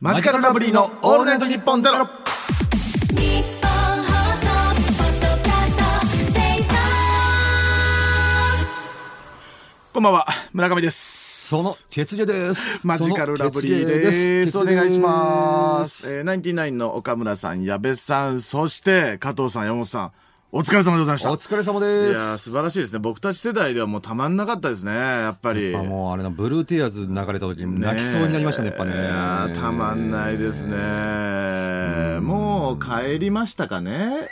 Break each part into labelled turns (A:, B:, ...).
A: マジカルラブリーのオールナイトニッポンゼロ
B: 日本放送ポッドキャストステーション
A: こんばんは、村上です。
C: その、血芸です。
A: マジカルラブリーです。
C: そ
A: お
C: の血芸
A: 願いしま。
C: 血芸
A: す。えー、ナインティナインの岡村さん、矢部さん、そして加藤さん、山本さん、お疲れ様でございまし
C: お
A: た。
C: 疲れ様
A: い
C: です。
A: やー素晴らしいですね。僕たち世代ではもうたまんなかったですね、やっぱり。
C: あもうあれな、ブルーティアーズ流れた時に泣きそうになりましたね、やっぱね
A: いやー。たまんないですね。もう帰りましたかね。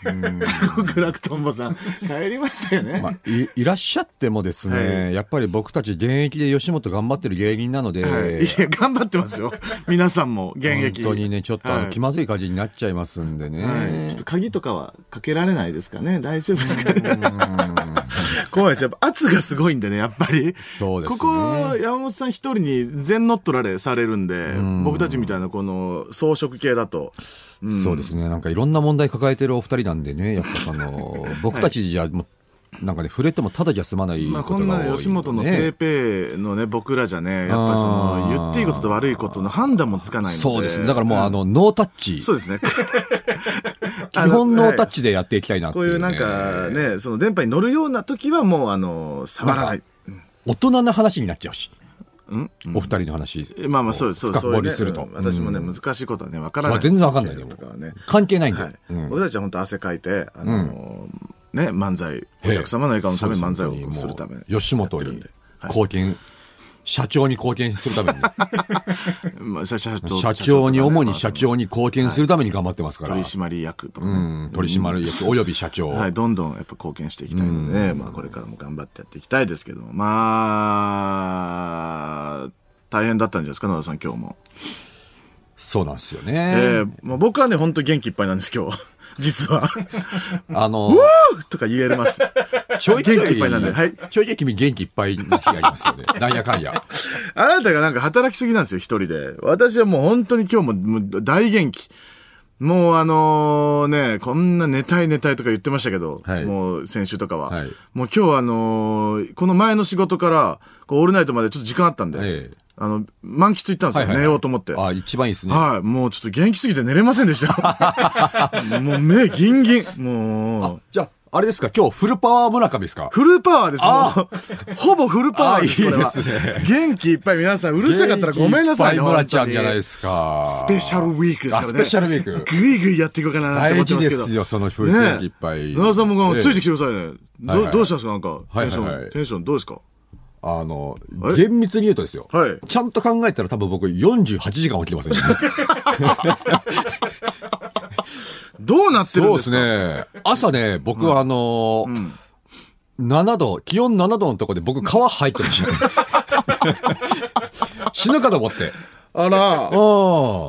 A: 極楽とんぼさん、帰りましたよね。
C: まあ、い いらっしゃってもですね、
A: は
C: やっぱり僕たち現役で吉本頑張ってる芸人なので、
A: はい、いや、頑張ってます よ。皆さんも、現
C: 本
A: 役。
C: 当にね、ちょっとあの、
A: はい
C: 気まずい感じになっちゃいますんでね。
A: はいちょっと鍵とかはかけられないですかね大丈夫ですかね 怖いです。やっぱ圧がすごいんでね、やっぱり。
C: そうですね
A: ここ、山本さん一人に全乗っ取られ、されるんで、僕たちみたいなこの装飾系だと。
C: そうですね。なんかいろんな問題抱えてるお二人なんでね、やっぱあの、僕たちじゃ、もうなんかね、触れてもただじゃ済まない
A: ま
C: ことが
A: あ、
C: 多
A: こ
C: いんで、
A: ん
C: ね。
A: な吉本のペーペーのね、僕らじゃね、やっぱりその
C: あ、ー
A: 言っていいことと悪いことの判断もつかないので。
C: そうですね。だからもうあの、ノータッチ。
A: そうですね。
C: 基本ノータッ
A: チ
C: チでやっていきたいなって
A: こ
C: いうう、
A: い
C: ね。
A: うなんかね、その電波に乗るような時はもうあの、触らない。
C: 大人な話になっちゃうし。
A: ん
C: お二人の話。
A: まあまあそうです、そうです。
C: 深掘りする
A: そ
C: と
A: ういうねうん私もね、
C: うん
A: 難しいことはね、わからない。
C: まあ全然わかんないよ
A: とかはね。
C: 関係ないんで。
A: はい。
C: うん
A: 僕たちは本当汗かいて、あのー、ね、漫才、お客様の笑顔のために漫才をするため。
C: そうそうそう吉本
A: やって
C: に
A: るんで
C: 貢献、社長に貢献するため にね、
A: まあ社社長
C: 社長に、
A: とかね
C: 主に社長に貢献するために頑張ってますから。
A: 取締役とか
C: う
A: ね。
C: ん、取締役、および社長。
A: はい、どんどんやっぱ貢献していきたいのでね、まあこれからも頑張ってやっていきたいですけども、まあ、大変だったんじゃないですか、野田さん今日も。
C: そうなんですよね。
A: ええ、もう僕はね、本当元気いっぱいなんです今日。 実 は。
C: あの、
A: とか言えます。
C: ちょいちょい、
A: 元気いっぱいなんではい
C: ちょいちょい君元気いっぱいな日がありま すよね。なんやかんや。
A: あなたがなんか働きすぎなんですよ、一人で。私はもう本当に今日ももう大元気。もうあのね、こんな寝たい寝たいとか言ってましたけど、
C: はい
A: もう先週とかは。
C: はい
A: もう今日はあのーこの前の仕事から、こうオールナイトまでちょっと時間あったんで、
C: ええ
A: あの、満喫行ったんですよ、
C: はいはいはい
A: 寝ようと思って。
C: あ、一番いいですね。
A: はい、もうちょっと元気すぎて寝れませんで した。もう目ギンギン。もう、
C: じゃあ、あれですか、今日フルパワー村上ですか
A: フルパワーです。
C: あ
A: もうほぼフルパワーです、
C: あ
A: これは。
C: いいですね
A: 元気いっぱい皆さん、うるさかったらごめんなさいよ
C: 元気っぱい村ちゃんじゃな
A: 本
C: い
A: 当に
C: ですか。
A: スペシャルウィークですからね。
C: あスペシャルウィーク
A: ぐいぐいやっていこうかなって思ってますけど。
C: 大事ですよその風景
A: ねえ
C: いっぱい
A: 野田さんもこうついてきてくださいね。
C: はいは
A: ど
C: い
A: どうしたんですかなんか、
C: はいは
A: テ
C: い
A: ンション、テンションどうですか
C: あの
A: え、
C: 厳密に言うとですよ。
A: はい
C: ちゃんと考えたら多分僕48時間起きてますね。
A: どうなってるん
C: そう
A: で
C: ですす
A: か
C: ね。朝ね、僕はあのー7度、気温7度のとこで僕川入ってました ね。死ぬかと思って。
A: あら
C: う。ん。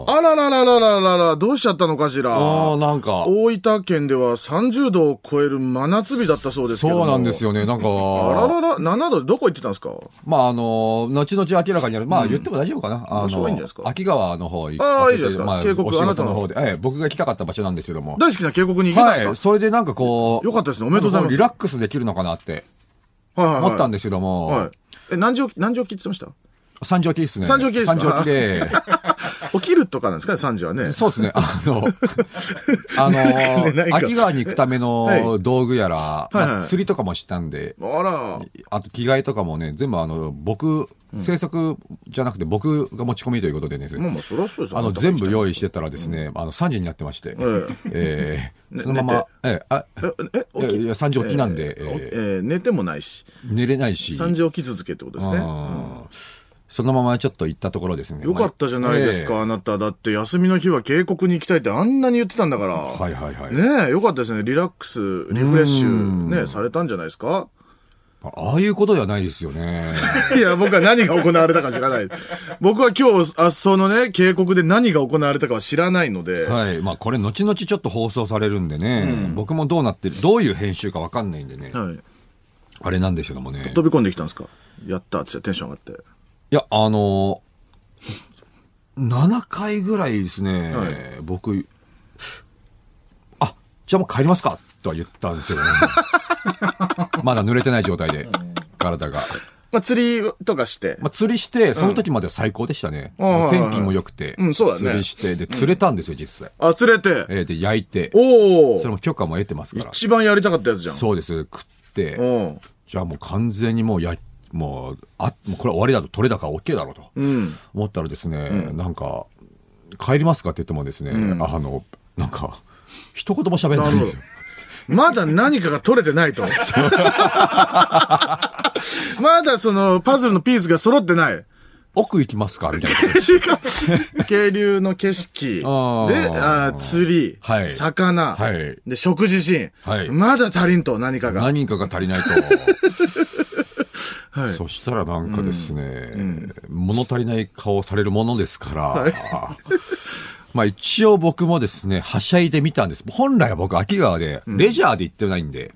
A: あららららららら、どうしちゃったのかしら。
C: ああ、なんか、
A: 大分県では30度を超える真夏日だったそうですけど
C: そうなんです
A: よ。
C: よね。なんか、
A: あららら、7度でどこ行ってたんですか
C: まあ、あの、後々明らかになる。まあ、言っても大丈夫かな。あ
A: 場所はいいんじゃないですか
C: の、秋川の方行
A: ああ
C: か
A: いい
C: せ
A: じゃないです
C: て、
A: か
C: まあ、お
A: 渓
C: 仕
A: 谷あなた
C: 事
A: の
C: の方で、ええ、僕が行きたかった場所なんですけども。
A: 大好きな渓谷に行けたんですか、
C: はい、それでなんかこう、
A: よかったですねおめでとうございます
C: リラックスできるのかなって
A: はいはいはい
C: 思ったんですけども、
A: はい。え、何時起き、何時起きって言ってまし
C: 三条起ですね。
A: 三条起ですか
C: 三条起で、
A: た起きるとかなんですかね、3時はね。
C: そうですね、あ の、あ
A: ねなんか
C: の、秋川に行くため
A: は
C: の道具やら、
A: いはい
C: まあ釣りとかもしたんで、
A: あら。
C: あと着替えとかもね、全部あの、僕、制作じゃなくて僕が持ち込みということでね、
A: まあまあ、そりゃそうです。
C: あの、全部用意しててたらですね、あの、3時になってまして、え ー
A: ね
C: そのまま、えーあ、
A: え、え、
C: いやいや三時起きなんで
A: えー
C: えー
A: おえー寝てもないし、
C: 寝れないし、
A: 3時起き続けってことですね。
C: うんそのままちょっと行ったところですね。
A: よかったじゃないです
C: ま
A: か、
C: あ。
A: あなた。だって、休みの日は渓谷に行きたいってあんなに言ってたんだから。
C: ええはいはいはい。
A: ねえ、よかったですね。リラックス、リフレッシュ、ね、されたんじゃないですか
C: ああいうことではないですよ ね。
A: いや、僕は何が行われたか知らない。僕は今日、あそのね、渓谷で何が行われたかは知らないので、
C: はい。まあこれ後々ちょっと放送されるんでね、僕もどうなってる、どういう編集かわかんないんでね、
A: はい、
C: あれなんですけどもね。
A: 飛び込んできたんですかやったっつってテンション上がって。
C: いや、あのー、7回ぐらいですね、
A: はい
C: 僕、あ、じゃあもう帰りますか とは言ったんですよね。まだ濡れてない状態で、体が。
A: まあ、釣りとかして。
C: まあ、釣りして、その時までは最高でしたね。
A: うん
C: もう
A: はいはいはい
C: 天気も良くて。
A: うんそうだね
C: 釣りして、で、釣れたんですよ、実際。
A: あ、釣れて。
C: えーで、焼いて。
A: お
C: それ
A: お
C: も許可も得てますから。
A: 一番やりたかったやつじゃん。
C: そうです。食って。
A: うん。
C: じゃあもう完全にもうや、もう、あ、もうこれ終わりだと、取れ高 OK だろうと、思ったらですね、なんか、帰りますかって言ってもですね、あの、なんか、一言も喋らないんですよ。
A: まだ何かが取れてない と。まだその、パズルのピースが揃ってない。
C: 奥行きますかみたいな。
A: 渓流の景色。で、
C: あー
A: あー釣り。
C: はい
A: 魚。
C: はい
A: で、食事シーン。
C: はい
A: まだ足りんと、何かが。
C: 何かが足りないと。そしたらなんかですね、物足りない顔をされるものですから、 まあ一応僕もですね、はしゃいで見たんです。本来は僕秋川で、レジャーで行ってないんで、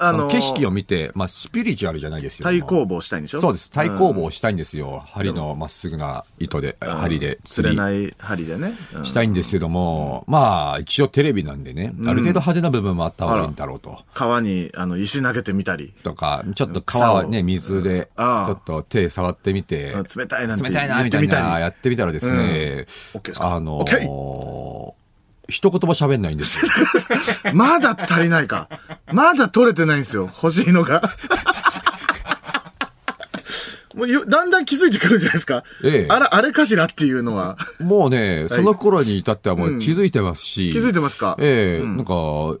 A: あ
C: あの景色
A: を。
C: を見て、まあスピリチュアルじゃないですよ。
A: 対抗棒したいんでしょ
C: そうです。対抗棒をしたいんですよ。針のまっすぐな糸で、針で
A: 釣
C: 釣
A: れな
C: り
A: い針でね。うん
C: したいんですけども、まあ一応テレビなんでね、ある程度派手な部分もあった方がいいんだろうと。
A: 川に、あの、石投げてみたり。
C: とか、ちょっと川は
A: 草を
C: ね、水で、ち
A: ああ
C: ょっと手触ってみて、
A: あ冷たいなんて
C: 冷たいな、
A: 言っ
C: み
A: て
C: たい
A: みたり
C: な、やってみたらですね
A: うん OK です、か
C: あの
A: OK
C: ー、一言も喋んないんですよ。
A: まだ足りないか。まだ取れてないんですよ。欲しいの が。もうよだんだん気づいてくるんじゃないですか。
C: ええ
A: あら、あれかしらっていうのは。
C: もうね、その頃に至ってはもう気づいてますし、
A: 気づいてますか
C: ええ、なんか、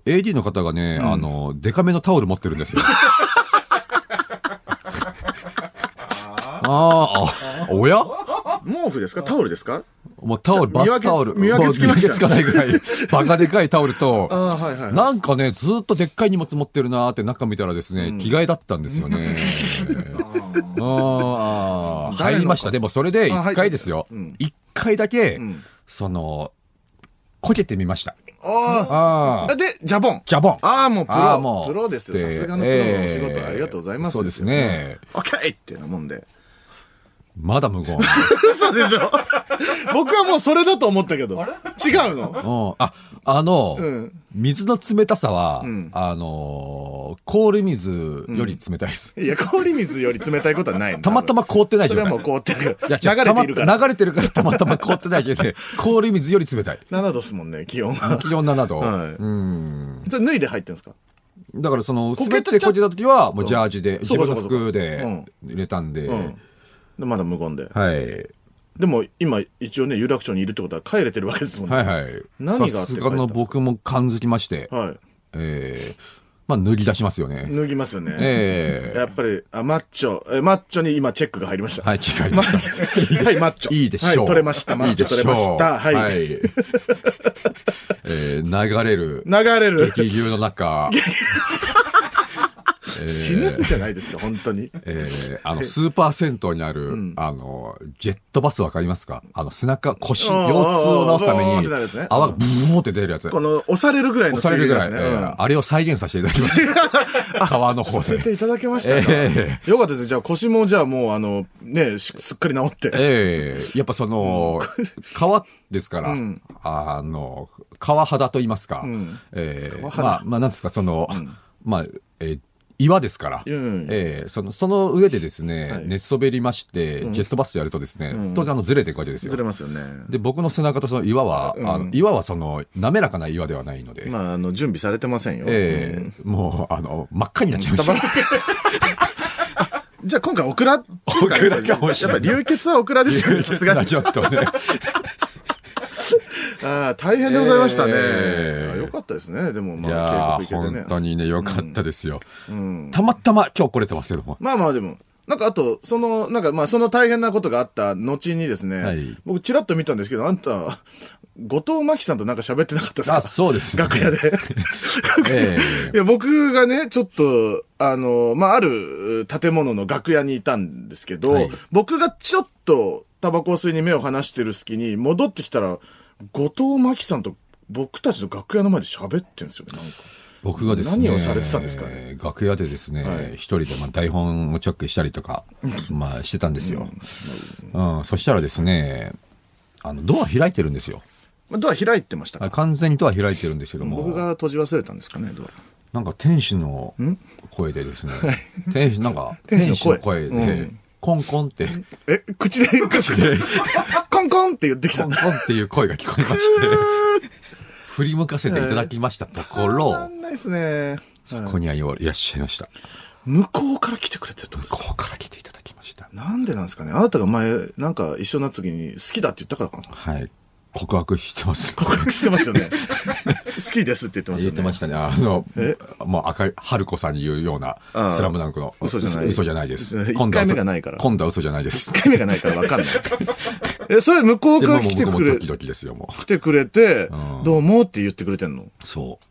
C: AD の方がね、あの、デカめのタオル持ってるんで すよ。あーあ、おや
A: 毛布ですかタオルですか
C: もうタオル、バスタオル。
A: 見分けつ見分けつきました
C: もう見分けつかないぐらい、バカでかいタオルと、
A: ああ、はいはい、はい。
C: なんかね、ずーっとでっかい荷物持ってるなーって中見たらですね、着替えだったんです よね。あ
A: 誰の
C: ー入りました。でもそれで
A: あ入って
C: 一回ですよ。一回だけ、その、こけてみました。
A: あ
C: あ
A: あ。
C: あ。
A: で、ジャボン。
C: ジャボン。
A: ああ、もうプ
C: あー
A: ロ。プロですよ。さすがのプロのお仕
C: え
A: 事、
C: え
A: ありがとうございます。
C: そうです。ね。
A: オッケーってなもんで。
C: まだ無 言。
A: 嘘でしょ 僕はもうそれだと思ったけど。違うの
C: うんあ、あの、
A: ん
C: 水の冷たさは、あのー氷水より冷たいです。
A: いや、氷水より冷たいことはないの
C: たまたま凍ってない
A: そ
C: 状
A: れ
C: 態。
A: はもう凍ってる。流
C: いや
A: れ
C: 違う
A: ているから。
C: たま流れてるからたまたま凍ってないけ どね、氷水より冷たい。
A: 7度っすもんね、気温は。
C: 気温7度。
A: はい
C: うん。
A: それ脱いで入ってるんですか
C: だからその、
A: こ
C: 滑
A: け
C: っててこけた時は、もうジャージで、
A: そ
C: 自
A: うか
C: 分
A: そう
C: の
A: か
C: 服で
A: う
C: 入れたんで、
A: うん。でまだ無言で。
C: はい。
A: でも今一応ね、有楽町にいるってことは帰れてるわけですもんね。
C: はいはい。
A: 何があって
C: さすが
A: 帰ったん
C: の
A: ですか
C: 僕も感づきまして、
A: はい。
C: えー、まあ脱ぎ出しますよね。
A: 脱ぎますよね。
C: ええ
A: やっぱり、あ、マッチョ、えマッチョに今チェックが入りました。
C: はい、機械
A: マッチョ。はい、マッチョ。
C: いいでしょう。
A: はい、取れました。マッチョ取れました。はいい。
C: いでしょう。えー流れる、
A: 流れる。
C: 激流の中、
A: 死ぬんじゃないですか、本当に。
C: えー、あの、スーパー銭湯にある、あの、ジェットバスわかりますかあの、背中、腰、
A: うん
C: 腰痛を治すため
A: うんうんうんっ
C: に
A: てなるやつね、
C: 泡がブーって出るやつ。
A: こ
C: 押
A: の、押されるぐらいの
C: されるぐらい、
A: 水
C: え
A: 流ですね。うん
C: ーあれを再現させていただきました。川の方
A: 出て
C: で。
A: いただけましたか、
C: え
A: よかったです。じゃあ腰もじゃあもうあの、ね、しすっかり治って。
C: ー、えー、やっぱその、川ですから、あの、川肌と言いますか、えー、
A: 肌
C: まあ、まあ、なんですか、その、まあ、えー岩ですから、
A: うん
C: えーその、その上でですね、寝そべりまして、ジェットバスやるとですね、当然あの、ずれていくわけですよ
A: ず。れますよね。
C: で、僕の背中とその岩は、あの岩はその、滑らかな岩ではないので、
A: まあ、あの、準備されてませんよ。
C: ええもう、あの、真っ赤になっちゃいました。
A: じゃあ今回オクラオ
C: クラかもしれない
A: やっぱ流血はオクラですよね、さ すがに。
C: ちょっとね。
A: ああ、大変でございましたね。
C: ええ
A: よかったですね。でも、
C: いや
A: まあ、
C: ー、
A: 警告受け
C: 本
A: て
C: 当
A: ね。
C: にね、良かったですよ。たまたま今日来れてますけども。
A: まあまあでも、なんかあと、その、なんかまあその大変なことがあった後にですね、
C: はい
A: 僕ちらっと見たんですけど、あんた、後藤真希さんとなんか喋ってなかったですか
C: あ、そうですね。
A: 楽屋で。
C: え
A: いや、僕がね、ちょっと、あの、まあ、ある建物の楽屋にいたんですけど、
C: はい
A: 僕がちょっとタバコを吸いに目を離してる隙に戻ってきたら、後藤真希さんと僕たちの楽屋の前で喋ってんですよね、なんか。
C: 僕がですね、
A: 何をされてたんですかね
C: 楽屋でですね、
A: はい
C: 一人でまあ台本をチェックしたりとか、まあしてたんですよ。うん、そしたらですね、あの、ドア開いてるんですよ。
A: まあ、ドア開いてましたか
C: 完全にドア開いてるんですけども。
A: 僕が閉じ忘れたんですかね、ドア。
C: なんか天使の声でですね、天使、なんか
A: 天
C: 天
A: 使
C: 使
A: の
C: の
A: 声
C: 声
A: う
C: で
A: ん、
C: コンコ ンって、
A: え、口で、口で、 コンコンって言ってき
C: コ
A: た
C: ン。コンっていう声が聞こえ まして、振り向かせていただきましたとこ
A: わか
C: ろ、
A: んないですね。
C: そこにはいらっしゃいました。
A: 向こうから来てくれてるってことですか
C: ここから来ていただきました。
A: なんでなんですかねあなたが前、なんか一緒になった時に好きだって言ったからかな
C: はい。告白してます。
A: 告白してますよ ね。好きですって言ってます
C: 言
A: よ
C: っ
A: ね。
C: てましたね。あの、もう赤い、春子さんに言うような、
A: ああ
C: スラムダンクの。
A: 嘘じゃない
C: 嘘じゃないです。
A: 一
C: 今度は
A: 回目
C: 嘘
A: がないから
C: 今度は嘘じゃないです。
A: 一回目がないからわかんない。え、それ向こう
C: で
A: か
C: も
A: ら
C: うも
A: 来て
C: う
A: く
C: 僕も
A: れ
C: ドキ、ドキですよ、も
A: 来てくれて
C: う、ん
A: どうもって言ってくれてんの
C: う。そう。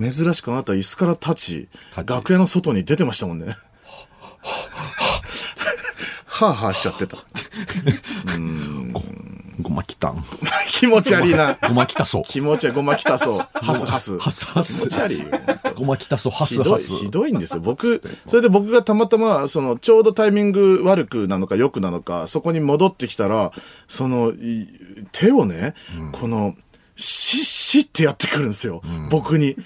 A: 珍しくあなた椅子から立ち、
C: 立ち
A: 楽屋の外に出てましたもんね。 はぁはぁしちゃってた。
C: ごまきたん。
A: 気持ち悪いな。
C: ごまきた そう。
A: 気持ち悪い。ごまきたそう。ハスハス。
C: ハスハス
A: 気持ち悪いよ。
C: ごまきたそう、ハ
A: ひ
C: ス
A: ど
C: ハ
A: い、
C: ス。
A: ひどいん ですよ。僕、それで僕がたまたま、その、ちょうどタイミング悪くなのか良くなのか、そこに戻ってきたら、その、い手をね、この、シッシッってやってくるんですよ。僕に。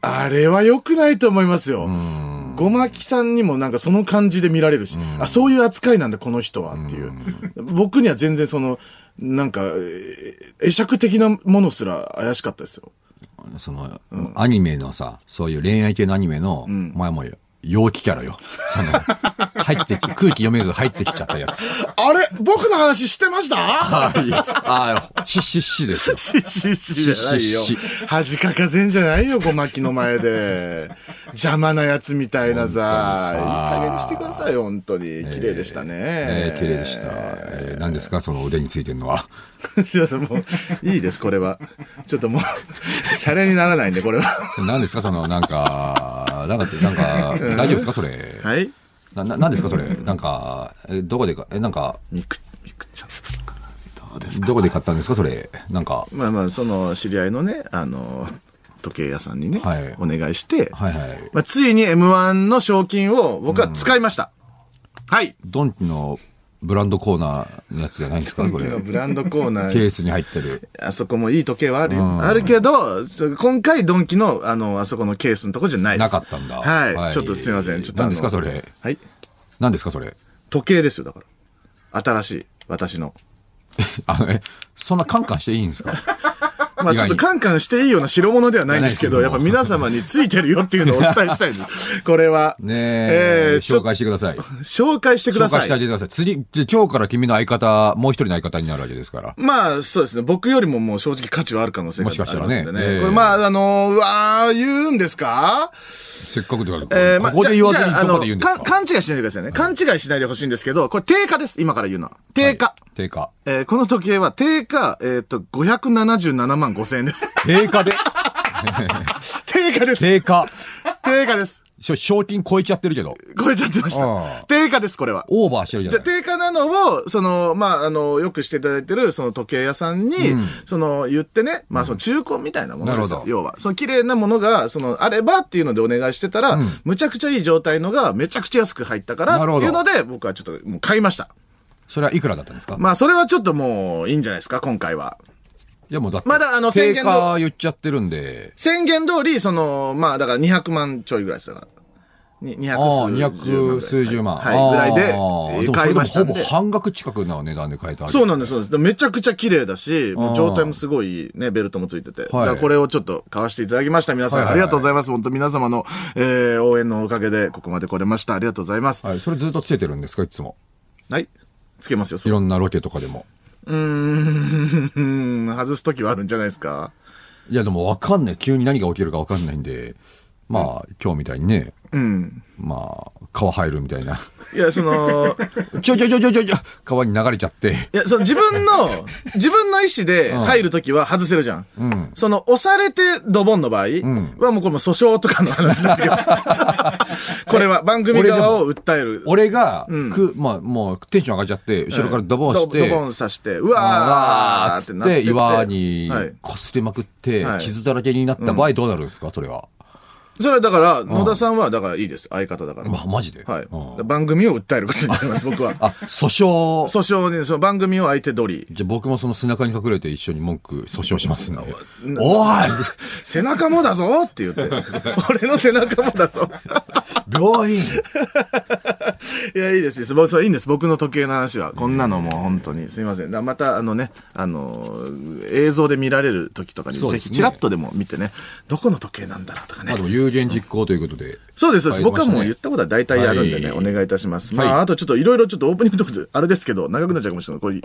A: あれは良くないと思いますよ。ごまきさんにもなんかその感じで見られるし、あ、そういう扱いなんだ、この人はっていう。僕には全然その、なんか、えー会釈的なものすら怪しかったですよ。
C: その、アニメのさ、そういう恋愛系のアニメの、前も陽気キャラよ。その、 入ってき、空気読めず入ってきちゃったやつ。
A: あれ僕の話してました
C: はい。ああ、しししですよ。
A: シシシじゃないよ
C: シシ。
A: 恥かかせんじゃないよ、ごまきの前で。邪魔なやつみたいなさ。いい
C: 本当にさ
A: 加減にしてくださいよ、本当に。綺麗でしたね。
C: えー、綺麗でした。えー、何ですかその腕についてるのは。
A: すいません、もう、いいです、これは。ちょっともう、シャレにならないんで、これは。
C: 何ですかその、なんか、なんか、なんか、大丈夫ですかそれ。
A: はい
C: な、な、何ですかそれ。なんか、え、どこでか、え、なんか、
A: みく、みくちゃん。どうです
C: どこで買ったんですかそれ。なんか、
A: まあまあ、その、知り合いのね、あの、時計屋さんにね、
C: はい
A: お願いして、
C: はいはい。
A: まあ、ついに M1 の賞金を僕は使いました。はい。
C: ドンキのブランドコーナーのやつじゃないですかこれ。
A: ブランドコーナーに
C: ケースに入ってる。
A: あそこもいい時計はある
C: う
A: よ。
C: ん
A: あるけど、そう今回ドンキの、あの、あそこのケースのとこじゃないです。
C: なかったんだ
A: はい。
C: はい
A: ちょっとすみません。ちょっとあの
C: 何ですかそれ
A: はい。
C: 何ですかそれ。
A: 時計ですよ、だから。新しい、私の。
C: あの、え、そんなカンカンしていいんですか
A: まあ
C: 意外に
A: ちょっとカンカンしていいような代物ではないんですけど、
C: な
A: や
C: い
A: っぱ
C: ですけど
A: 皆様についてるよっていうのをお伝えしたい です。これは。
C: ねえ
A: え、ーちょ
C: 紹介してください。
A: 紹介してくだ
C: 紹介
A: さ
C: してあ
A: い。
C: げてください。次、で今日から君の相方、もう一人の相方になるわけですから。
A: まあ、そうですね。僕よりももう正直価値はある可能性があ
C: も
A: り
C: しか
A: ま
C: し
A: す
C: たら
A: ん
C: ね
A: でね。
C: ええ
A: これ、まあ、あのうわー、言うんですか
C: せっかくだから、
A: えーまあ
C: ここで言わず
A: じ
C: に
A: ゃああ
C: ど
A: の
C: こで言うんですか
A: ん勘違いしないでくださいね。勘違いしないでほしいんですけど、これ定価です。今から言うのは。定価。
C: 定価。
A: えーこの時計は定価、えっ、と、577万5千円 です。
C: 定価で
A: 定価です。
C: 定価。
A: 定価です。
C: しょ賞金超えちゃってるけど、
A: 超えちゃってまし
C: うん
A: た。定価です、これは。
C: オーバーしてるじ
A: じ
C: ゃ
A: ゃあ
C: ない。
A: 定価なのを、その、まあ、あの、よくしていただいてる、その時計屋さんに、その、言ってね、まあ、その中古みたいなもので
C: な
A: す
C: る
A: よ
C: ほ。ど
A: 要は。その綺麗なものが、その、あればっていうのでお願いしてたら、むちゃくちゃいい状態のが、めちゃくちゃ安く入ったから、
C: なる
A: っ
C: ほ
A: て
C: ど
A: いうので、僕はちょっと、もう買いました。
C: それはいくらだったんですか
A: まあ、それはちょっともう、いいんじゃないですか、今回は。
C: いやもうだって、
A: まだあの宣
C: 定
A: 言
C: 価言っちゃってるんで、
A: 宣言通り、その、まあ、だから200万ちょいぐらいですだから。に200数
C: ああ、
A: 十万ぐらい
C: 200
A: です
C: 数十万。
A: はい、はいぐらいでえ
C: あーで
A: ー、
C: もそ
A: 買
C: れ
A: い
C: で
A: ま
C: も
A: した
C: ほ
A: ん
C: ぼ
A: で。
C: 半額近くの値段で買えたわけ
A: そうなんです、そうなんです。でもめちゃくちゃ綺麗だし、もう状態もすごいね、ベルトもついてて。だからこれをちょっと買わせていただきました。皆さん、
C: はいは
A: あ
C: い
A: りがとうございます。本当皆様の、えー、応援のおかげで、ここまで来れました。ありがとうございます。
C: はい、それずっとつけてるんですかいつも。
A: はい。つけますよ。そ
C: い
A: れ
C: ろんなロケとかでも。
A: うーん、外すときはあるんじゃないですか。
C: いやでもわかんない。急に何が起きるかわかんないんで、まあ、今日みたいにね、
A: うん。
C: まあ、川入るみたいな。
A: いや、その、
C: ちょちょちょちょちょちょ、川に流れちゃって。
A: いや、その自分の、 自分の意思で入るときは外せるじゃん。その、押されてドボンの場合はもうこれも訴訟とかの話だけど。これは番組側を訴える。
C: 俺が、く、まあ、もうテンション上がっちゃって、後ろからドボンして、
A: ドドボンさして、うわ
C: あー
A: ー
C: っ
A: っ
C: つ
A: て
C: っ
A: なって
C: て
A: て
C: 岩に
A: はい
C: 擦れまくって
A: はい
C: 傷だらけになった場合どうなるんですかそれは。
A: それはだから、野田さんは、だからいいです。相方だから。
C: ま、マジで。
A: はい
C: うん。
A: 番組を訴えることになります、僕は。
C: あ、訴訟。
A: 訴訟に、その番組を相手取り。
C: じゃあ僕もその背中に隠れて一緒に文句訴訟しますんで。おい
A: 背中もだぞって 言って。俺の背中もだぞ。
C: 病院
A: いや、いいですいいです。もうそれいいんです。僕の時計の話は。こんなのもう本当に。すいません。だまた、あのね、あのー映像で見られる時とかに、
C: そう
A: ぜ
C: です
A: ひ
C: ね
A: チラッとでも見てね、どこの時計なんだろうとか
C: ま
A: ね
C: あで。も有言実行ということで。
A: そうです、そうです。
C: 入り
A: 僕
C: ま
A: は
C: したね
A: もう言ったことは大体やるんでね、
C: はい
A: お願いいたします。
C: は
A: ま
C: い
A: あ、あとちょっといろいろちょっとオープニングとかで、あれですけど、長くなっちゃうかもしれない。これ、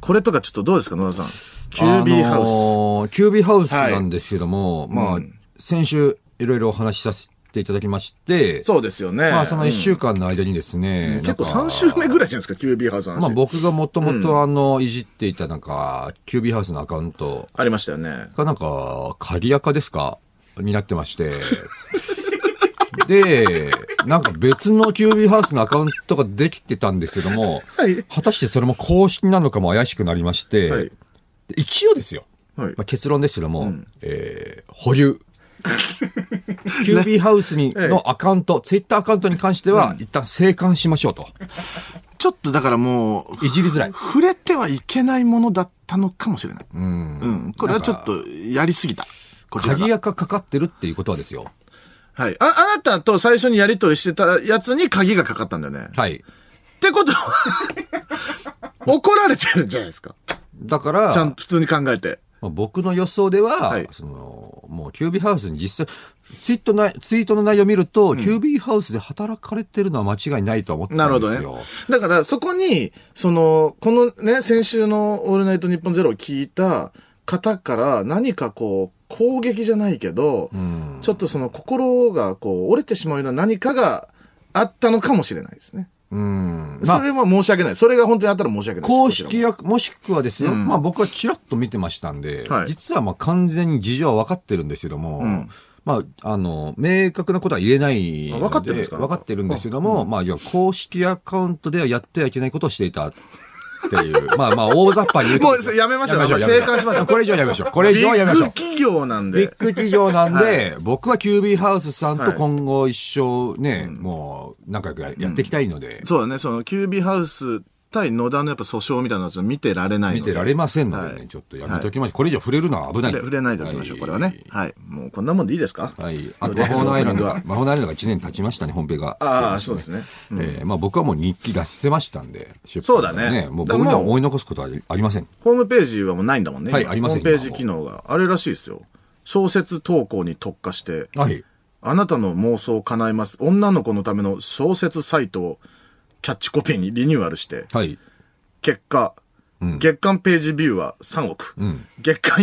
A: これとかちょっとどうですか、野田さん。キュービーハウス。
C: あのーキュービーハウスなんですけども、まあ、先週いろいろお話しさせていただきまして、
A: そうですよね。
C: まあその1
A: うん
C: 週間の間にですね、
A: 結構3週目ぐらいじゃないですか、キュービーハウスの話。
C: まあ僕がもともとあの、いじっていたなんか、キュービーハウスのアカウント
A: ありましたよね。
C: がなんか、鍵アカですかになってま して。で、なんか別のキュービーハウスのアカウントができてたんですけども、
A: はい
C: 果たしてそれも公式なのかも怪しくなりまして、
A: はい
C: で一応ですよ。
A: はい
C: まあ、結論ですけども、えー 保留。キュービーハウスにのアカウント、ツイッターアカウントに関しては、一旦静観しましょうと。
A: ちょっとだからもう、
C: いじりづらい。
A: 触れてはいけないものだったのかもしれない。うん。これはちょっと、やりすぎた。こちらが
C: 鍵アカかかってるっていうことはですよ。
A: はい。あ、あなたと最初にやりとりしてたやつに鍵がかかったんだよね。
C: はい。
A: ってことは、 怒られてるんじゃないですか。
C: だから、
A: ちゃんと普通に考えて。
C: まあ、僕の予想では、
A: はい
C: その、もうキュービーハウスに実際、ツイートなツイートの内容を見ると、キュービーハウスで働かれてるのは間違いないとは思ったんで
A: なるほど
C: す
A: ね
C: よ。。
A: だから、そこに、その、このね、先週のオールナイトニッポンゼロを聞いた方から何かこう、攻撃じゃないけど、ちょっとその心がこう、折れてしまうような何かがあったのかもしれないですね。
C: うん。ま
A: そ
C: あ、
A: れは申し訳ない。それが本当にあったら申し訳ないです。
C: 公
A: こ
C: 式
A: ち
C: や、もしくはですよ、まあ僕はちらっと見てましたんで、
A: はい
C: 実はまあ完全に事情は分かってるんですけども、まあ、あの、明確なことは言えないの
A: あ分かってるんですか
C: 分かってるんですけども、まあ、いや、公式アカウントではやってはいけないことをしていたっ ていう、まあまあ、大雑把に言うと。
A: もうやめましょう
C: やめましょう。
A: 静観しましょう
C: これ以上やめましょう。こ
A: ら
C: れ以
A: ビ
C: 上はやめ
A: ッ
C: ましょ
A: グ
C: う。
A: 企業なん
C: ビッ
A: で。
C: グ企業なんで、僕はキュービーハウスさん
A: は
C: と
A: い
C: 今後一生ね、もう仲良くややっていきたいので、
A: そうだね、その、キュービーハウス対野田のやっぱ訴訟みたいなやつを見てられないので。
C: 見てられませんのでね、
A: はい
C: ちょっとやめときましょう。これ以上触れるのは危ないんで。
A: 触れないでおきましょう、これはね。はい。もうこんなもんでいいですか
C: はい。はい。あと、
A: りあ
C: 魔
A: えず
C: 法のアイランド
A: オープニ
C: が、魔法のアイランドが1年経ちましたね、本編が。
A: ああ、そうですね。
C: えーまあ僕はもう日記出せましたんで、出版
A: そうだね
C: もう僕には思い残すことはありません。
A: ホームページはもうないんだもんね。
C: はい
A: 今
C: ありません
A: ホームページ機能が。あれらしいですよ。小説投稿に特化して、
C: はい。
A: あなたの妄想を叶えます。女の子のための小説サイトをキャッチコピーにリニューアルして、
C: はい。
A: 結果、月間ページビューは3億。月間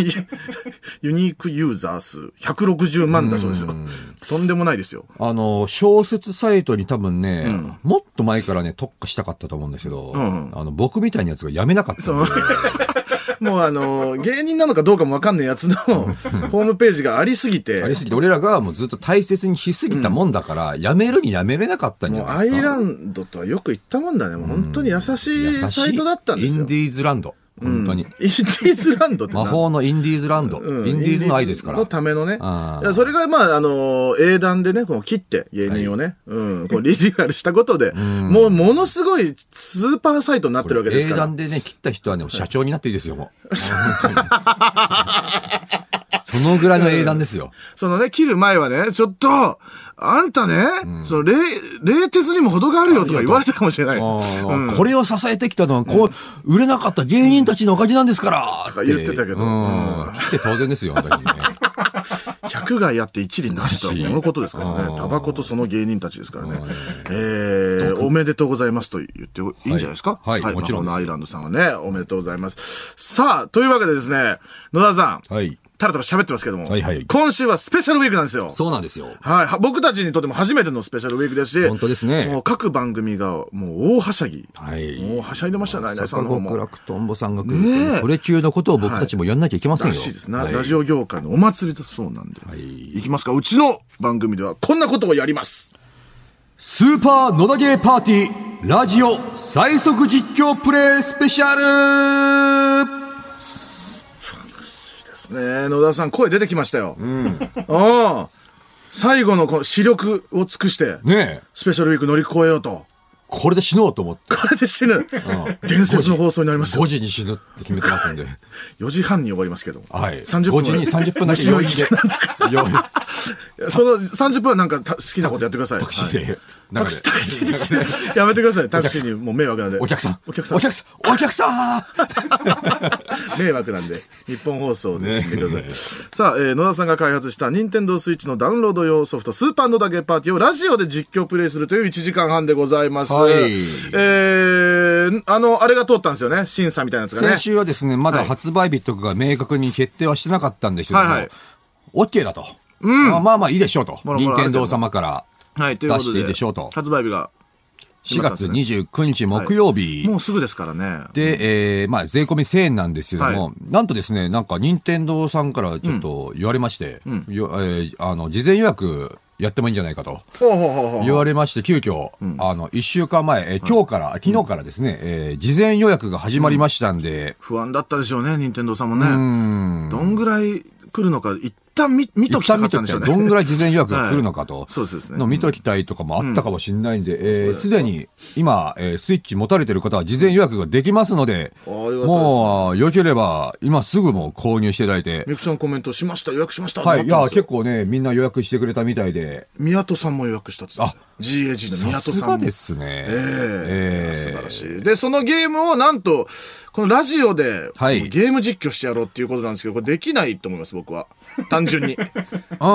A: ユユニークユーザー数160万だそうですよ。とんでもないですよ。
C: あの、小説サイトに多分ね、もっと前からね、特化したかったと思うんですけど、あの、僕みたいなやつがやめなかったんで、
A: もうあのー芸人なのかどうかもわかんないやつのホームページがありすぎて
C: あ、りすぎて、俺らがもうずっと大切にしすぎたもんだから、やめるにやめれなかったんじゃ
A: もう
C: な
A: ア
C: い
A: イ
C: ですか。
A: ランドとはよく言ったもんだね。もう本当に優し
C: 優
A: い
C: しい
A: サイトだったんです
C: イ
A: よ
C: ン。ディーズランド。本当に。
A: インディーズランドってな
C: 魔法のインディーズランド。
A: うん
C: インディーズの愛ですか
A: イン
C: ら
A: ディーズの。ためのね
C: あー。
A: いやそれが、まあ、あのー、英断でね、こう切って、芸人をね、うん、 こうリリーアルしたことで、もうものすごいスーパーサイトになってるわけです
C: 英
A: から。
C: 断でね、切った人はね、もう社長になっていいですよ、も う。そのぐらいの英断ですよ。
A: そのね、切る前はね、ちょっと、あんたね、その、冷、冷徹にも程があるよとか言われたかもしれない。
C: あーこれを支えてきたのは、こう、売れなかった芸人たちのおかげなんですから
A: とか言ってたけど
C: うん切って当然ですよ、本当にね。
A: 100害あって一理なしとはこのことですから
C: う
A: ね。
C: ん
A: タバコとその芸人たちですからね。えー、おめでとうございますと言っていいんじゃないですか
C: はいはいもちろん
A: ま
C: です
A: あこのアイランドさんはね、おめでとうございます。さあ、というわけでですね、野田さん、
C: はい。
A: タラタラ喋ってますけども、
C: はいはい
A: 今週はスペシャルウィークなんですよ。
C: そうなんですよ。
A: はい。は僕たちにとっても初めてのスペシャルウィークですし、
C: 本当ですね
A: もう各番組がもう大はしゃぎ。
C: はい。
A: もうはしゃいでましたね、ナイナイさ
C: 坂
A: んの方も
C: 極。楽とんぼさんが来る
A: ねえ
C: それ級のことを僕たちもやんなきゃいけませんよ。
A: らしいですね、
C: はい
A: ラジオ業界のお祭りだそうなんで。
C: い
A: いきますか。うちの番組ではこんなことをやります。
C: スーパー野田ゲーパーティー、ラジオ最速実況プレイスペシャル
A: ですね。野田さん、声出てきましたよ。うん。ああ。最後のこの視力を尽くして、
C: ねえ、
A: スペシャルウィーク乗り越えようと。
C: これで死のうと思って、
A: これで死ぬ。伝説の放送になりますよ
C: 5。時に死ぬって決めてますんで。
A: 4時半に終わりますけど。
C: はい。
A: 30
C: 5時
A: 分。
C: に30分だけ
A: 虫の
C: 余
A: 生
C: 韻
A: きて
C: で。余韻
A: その30分はなんかた好きなことやってください。
C: タクシーで。
A: タ
C: なん
A: ク
C: か
A: シー、タ
C: ね
A: クシーですね。やめてください。タクシーにもう迷惑なんで。
C: お客さん。
A: お客さん
C: お。客さん。お客さん
A: 迷惑なんで、日本放送で死んでください。
C: ね
A: さあ、えー野田さんが開発した任天堂スイッチのダウンロード用ソフト、スーパー野田ゲーパーティーをラジオで実況プレイするという1時間半でございます。
C: はい
A: えー、あの、あれが通ったんですよね。審査みたいなやつがね
C: 先。週はですね、まだ
A: はい
C: 発売日とかが明確に決定はしてなかったんですけども、
A: はいはい
C: OK だと。まあまあまあいいでしょうと。
A: ろもろ
C: 任天堂様から
A: はい、と
C: 出
A: いうこと
C: して
A: で。
C: いいでしょうと。
A: 発売日が。
C: 4月29日木曜日。
A: もうすぐですからね。
C: で、えーまあ、税込み1000円なんですけども、
A: は
C: なんとですね、なんか、任天堂さんからちょっと言われまして、よえーあの、事前予約やってもいいんじゃないかと
A: ほうほうほうほう
C: 言われまして、急遽、あの、1週間前、えー今日から、昨日からですね、えー事前予約が始まりましたんで、
A: 不安だったでしょうね、任天堂さんもね。どんぐらい来るのか、一旦見、見とき
C: 一旦
A: たか
C: 見
A: ったんで
C: とき
A: しょ
C: た
A: う
C: い、
A: ね。
C: どんぐらい事前予約が来るのかと、
A: そうですね
C: の見ときたいとかもあったかもしれないんで、えーすでに今、えースイッチ持たれてる方は事前予約ができますので、
A: ありがたいですね
C: もう、良ければ、今すぐもう購入していただいて、
A: ミクさんコメントしました、予約しました。
C: はい、いや、
A: 結
C: 結構ね、みんな予約してくれたみたいで、
A: 宮戸さんも予約したっつって。GAG の宮
C: さ
A: 戸
C: す
A: さ
C: が
A: んも
C: で。すね。
A: ええ
C: ええ
A: 素晴らしい。で、そのゲームをなんと、このラジオで、
C: はい
A: ゲーム実況してやろうっていうことなんですけど、これできないと思います、僕は。単純 に。
C: うん。
A: あ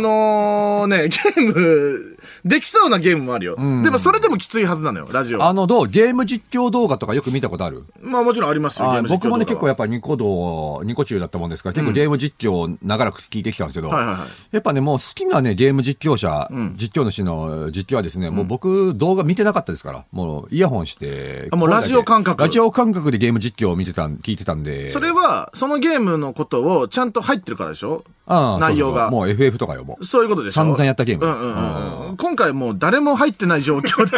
A: のー、ね、ゲーム、できそうなゲームもあるよ。でもそれでもきついはずなのよ、ラジオは。
C: あの、どうゲーム実況動画とかよく見たことある
A: まあもちろんありますよ、ゲー
C: あー
A: ム実況
C: 僕もね、
A: 動
C: 結
A: 画
C: 構
A: は
C: やっぱニコ動、ニコ中だったもんですから、結構ゲーム実況を長らく聞いてきたんですけど、
A: はいはいはい
C: やっぱね、もう好きなね、ゲーム実況者、実況主の実況はですね、もう僕、動画見てなかったですから、もうイヤホンして、
A: あもうラジオ感覚
C: ラジオ感覚でゲーム実況を見てたん、聞いてたんで、
A: それは、そのゲームのことをちゃんと入ってるからでしょ
C: あー
A: 内容が
C: そうそうもう FF とかよ、もう。
A: そういうことでしょ
C: 散々やったゲーム
A: うんうんうん。今回もう誰も入ってない状況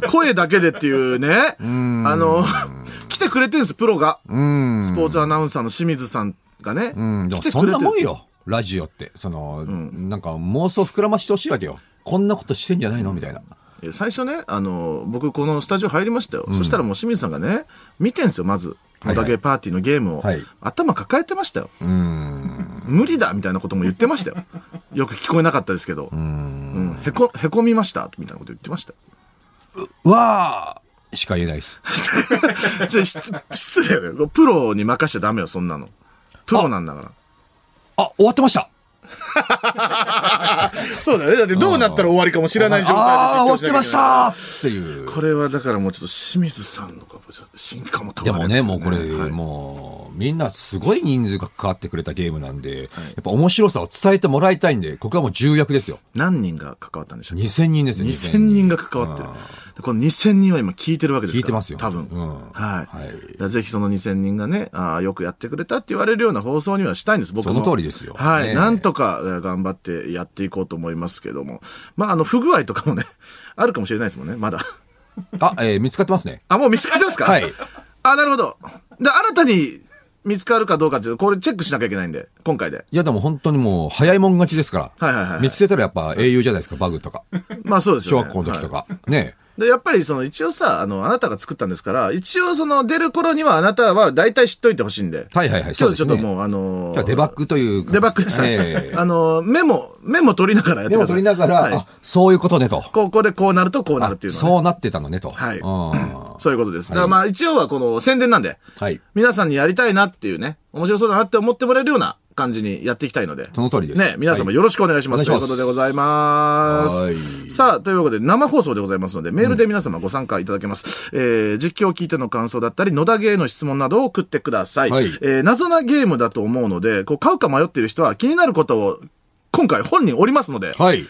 A: で、声だけでっていうね、あの、 来てくれてるんです、プロが。
C: うん。
A: スポーツアナウンサーの清水さんがね。
C: うん、で
A: 来
C: も
A: て
C: そ
A: く
C: ん
A: れ
C: な
A: て
C: もん
A: る。
C: よ、ラジオって。その、なんか妄想膨らましてほしいわけよ。こんなことしてんじゃないのみたいな。
A: え最初ね、あの、僕このスタジオ入りましたよ。そしたらもう清水さんがね、見てんすよ、まず。
C: はいはい
A: おだけパーティーのゲームを、
C: はい
A: 頭抱えてましたよ。無理だみたいなことも言ってましたよ。よく聞こえなかったですけど。うんへこ、へこみましたみたいなこと言ってましたよ。
C: うわーしか言えないです。
A: ちょ失失礼だよ。プロに任しちゃダメよ、そんなの。プロなんだから。
C: あ、終わってました
A: そうだよね。だってどうなったら終わりかも知らない状態で
C: あー終わ
A: 実況
C: って
A: なきゃ
C: ま
A: いけ
C: し
A: ない
C: たっていう。
A: これはだからもうちょっと清水さんのか進化も問
C: で
A: わ
C: も
A: れて
C: ね、
A: る
C: もうこれ、
A: はい
C: もう、みんなすごい人数が関わってくれたゲームなんで、やっぱ面白さを伝えてもらいたいんで、ここはもう重役ですよ。
A: 何人が関わったんでしたっけ
C: 2000人ですよ、
A: 2000人が関わってる。でこの2000人は今聞いてるわけですから。
C: 聞いてますよ
A: 多分。
C: うん
A: はい。
C: はい
A: だからぜひその2000人がね、ああ、よくやってくれたって言われるような放送にはしたいんです、僕も。
C: その通りですよ
A: はい。
C: ねえ
A: なんとかえー頑張ってやっていこうと思いますけども。まあ、あの、不具合とかもね、 あるかもしれないですもんね、まだ。
C: あ、えー見つかってますね。
A: あ、もう見つかってますか
C: はい。
A: あ、なるほど。で、新たに見つかるかどうかっていうのこれチェックしなきゃいけないんで、今回で。
C: いやでも本当にもう早いもん勝ちですから。
A: はいはいはいはい
C: 見つけたらやっぱ英雄じゃないですか、バグとか。
A: まあそうですよ
C: 小
A: ね。
C: 学校の時と
A: は
C: か。ね
A: いで、やっぱりその一応さ、あの、あなたが作ったんですから、一応その出る頃にはあなたは大体知っといてほしいんで。
C: はいはいはい
A: 今
C: そう
A: 日
C: で
A: ちょ
C: す
A: っ
C: ね
A: ともう、あの
C: 今日はデバッグというか
A: デバッグでした。
C: ええ
A: あのーメモ、メモ取りながらやって
C: で
A: く
C: も
A: ださい。
C: 取りながら、
A: はい
C: あ、そういうことねと。
A: ここでこうなるとこうなるっていうのはね、
C: そうなってたのねと。
A: はい
C: うん
A: そういうことです。だからまあ一応はこの宣伝なんで、
C: はい。
A: 皆さんにやりたいなっていうね、面白そうだなって思ってもらえるような感じにやっていきたいので。
C: その通りです。
A: ね、皆様
C: はい
A: よろしくお願いします。
C: お願い
A: と
C: し
A: い
C: ま
A: うこと
C: す
A: でございます。
C: はい
A: さあ、ということで生放送でございますので、メールで皆様ご参加いただけます。えー、実況を聞いての感想だったり、野田芸の質問などを送ってください。
C: はい
A: えー、謎なゲームだと思うので、こう買うか迷っている人は気になることを今回本人おりますので、
C: はい。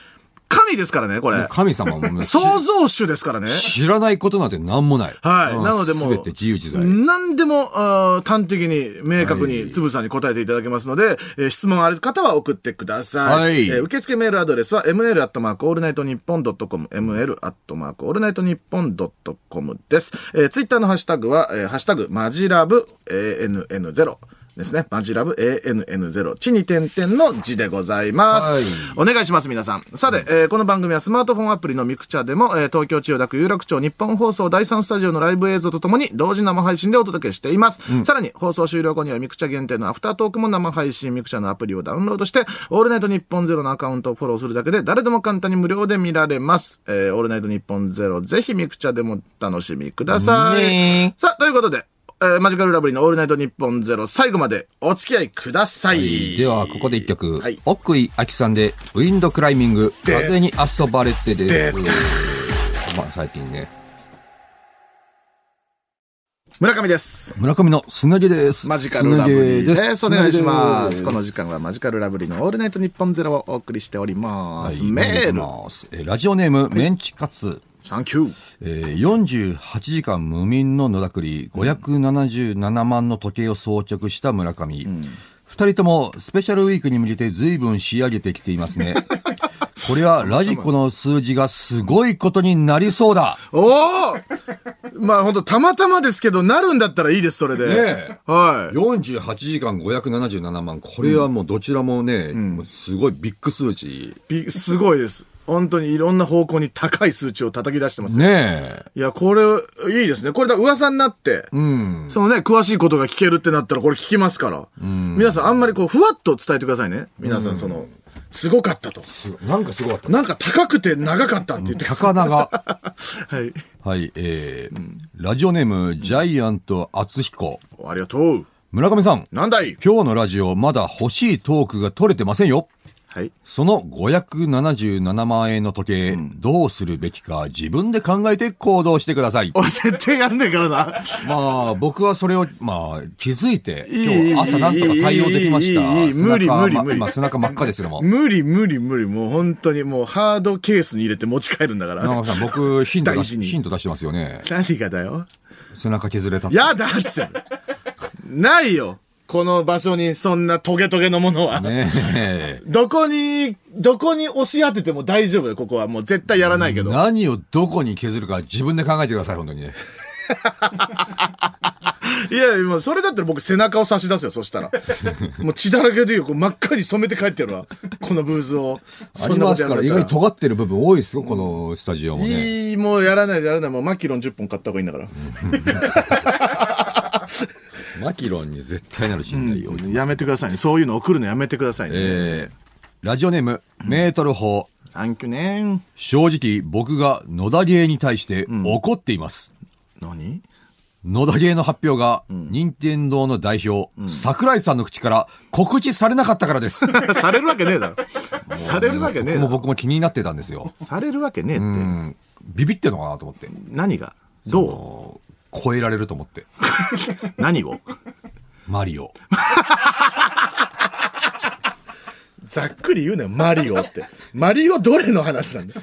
A: 神ですからね、これ。
C: 神様もね、
A: 創造主ですからね。
C: 知らないことなんて何もない。
A: はい
C: うん
A: なのでもう
C: すべて自由自在。
A: 何でも、あー端的に、明確に、つぶさんに答えていただけますので、えー質問ある方は送ってください。
C: はい
A: えー受付メールアドレスは、m l a l l n i g h t n i p p o n c o m m l a l l n i g h t n i p p o n c o m です。えー、ツイッターのハッシュタグは、えーハッシュタグ、マジラブ ANN0。ですね。マジラブ ANN0、地に点々の字でございます。
C: はい
A: お願いします、皆さん。さて、えーこの番組はスマートフォンアプリのミクチャでも、えー東京千代田区有楽町日本放送第3スタジオのライブ映像とともに同時生配信でお届けしています。さらに、放送終了後にはミクチャ限定のアフタートークも生配信、ミクチャのアプリをダウンロードして、オールナイトニッポンゼロのアカウントをフォローするだけで誰でも簡単に無料で見られます。えーオールナイトニッポンゼロ、ぜひミクチャでもお楽しみくださ
C: ね
A: い。さあ、ということで、えーマジカルラブリーのオールナイトニッポンゼロ、最後までお付き合いください。
C: では、ここで一曲。
A: はい
C: 奥井明さんで、ウィンドクライミング、
A: で
C: 風に遊ばれてで。
A: です
C: まあ、最近ね。
A: 村上です。
C: 村上のすね毛です。
A: マジカルラブリーです
C: ね毛
A: お願いします。
C: すね毛です
A: この時間はマジカルラブリーのオールナイトニッポンゼロをお送りしております。
C: はい
A: メール、
C: えーラジオネーム、メンチカツ。
A: サンキュー。
C: えー、48時間無眠の野田栗577万の時計を装着した村上、二人ともスペシャルウィークに向けて随分仕上げてきています ねこれはラジコの数字がすごいことになりそうだ
A: おおまあ本当たまたまですけど、なるんだったらいいです、それで。
C: ねえ
A: はい。
C: 48時間577万これはもうどちらもね、もうすごいビッグ数字
A: びすごいです。本当にいろんな方向に高い数値を叩き出してます。
C: ねえ
A: いや、これ、いいですね。これだ、噂になって、
C: うん
A: そのね、詳しいことが聞けるってなったら、これ聞きますから。皆さん、あんまりこう、ふわっと伝えてくださいね。皆さん、その、すごかったと。
C: すなんかすごかった
A: なんか高くて長かったって言ってくださ
C: 高 が
A: い。 はい。
C: はいえーラジオネームジャイアント厚彦
A: ありがとう。
C: 村上さん
A: なんだい
C: 今日のラジオまだ欲しいトークが取れてませんよ。
A: はい。
C: その577万円の時計、どうするべきか自分で考えて行動してください。
A: 俺絶対やんねえから な。
C: まあ、僕はそれを、まあ、気づいて、
A: いい
C: 今日朝なんとか対応できました。
A: いいいいいいいい
C: 背中
A: 無理無理
C: ま
A: 無理
C: まあ、背中真っ赤ですけど も。
A: 無理無理無理。もう本当にもうハードケースに入れて持ち帰るんだから。
C: 長岡さん、僕、ヒント出
A: 大
C: し
A: 事に
C: ヒント出してますよね。
A: 何がだよ
C: 背中削れたって。
A: やだっつってる。ないよ。この場所にそんなトゲトゲのものは。
C: ねえ。
A: どこに、どこに押し当てても大丈夫よ、ここは。もう絶対やらないけど。
C: 何をどこに削るか自分で考えてください、本当にね。
A: いや、もうそれだったら僕背中を差し出すよ、そしたら。もう血だらけでいいよ、こう真っ赤に染めて帰ってやるわ。このブーズを。
C: ありますから、意外に
A: と
C: 尖ってる部分多いですよ、このスタジオもね。
A: いい、もうやらないでやらない。もうマキロン10本買った方がいいんだから。
C: マキロンに絶対なる信頼を、
A: やめてくださいね。そういうの送るのやめてくださいね。
C: えーラジオネーム、メートル法。
A: サンキューね
C: 正直、僕が野田芸に対して怒っています。
A: 何
C: 野田芸の発表が、任天堂の代表、桜井さんの口から告知されなかったからです。
A: されるわけねえだろ。 されるわけねえだ
C: そこも
A: ろ。
C: 僕も気になってたんですよ。
A: されるわけねえって。
C: うんビビってんのかなと思って。
A: 何がど
C: もう超えられると思って。
A: う何を
C: マリオ。
A: ざっくり言うなよ、マリオって。マリオどれの話なんだよ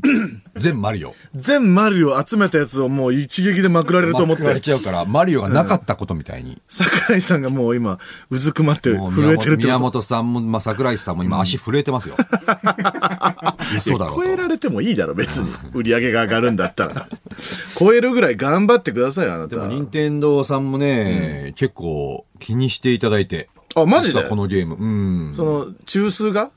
C: 部、全マリオ。
A: 全マリオ集めたやつをもう一撃でまくられると思っ
C: まあ食わ
A: て、
C: れちゃうから、マリオがなかったことみたいに。
A: 桜井さんがもう今、うずくまって
C: もう
A: 震えてるって
C: 宮
A: こ
C: 本さんも、まあ、桜井さんも今足震えてますよ。
A: と。
C: 嘘だろう
A: 超え
C: と。
A: られてもいいだろ、別に。 売り上げが上がるんだったら。超えるぐらい頑張ってくださいよ、あな
C: でも、
A: た。
C: 任天堂さんもね、結構気にしていただいて。
A: あマジで
C: 実はこのゲーム。うん。
A: その、中枢が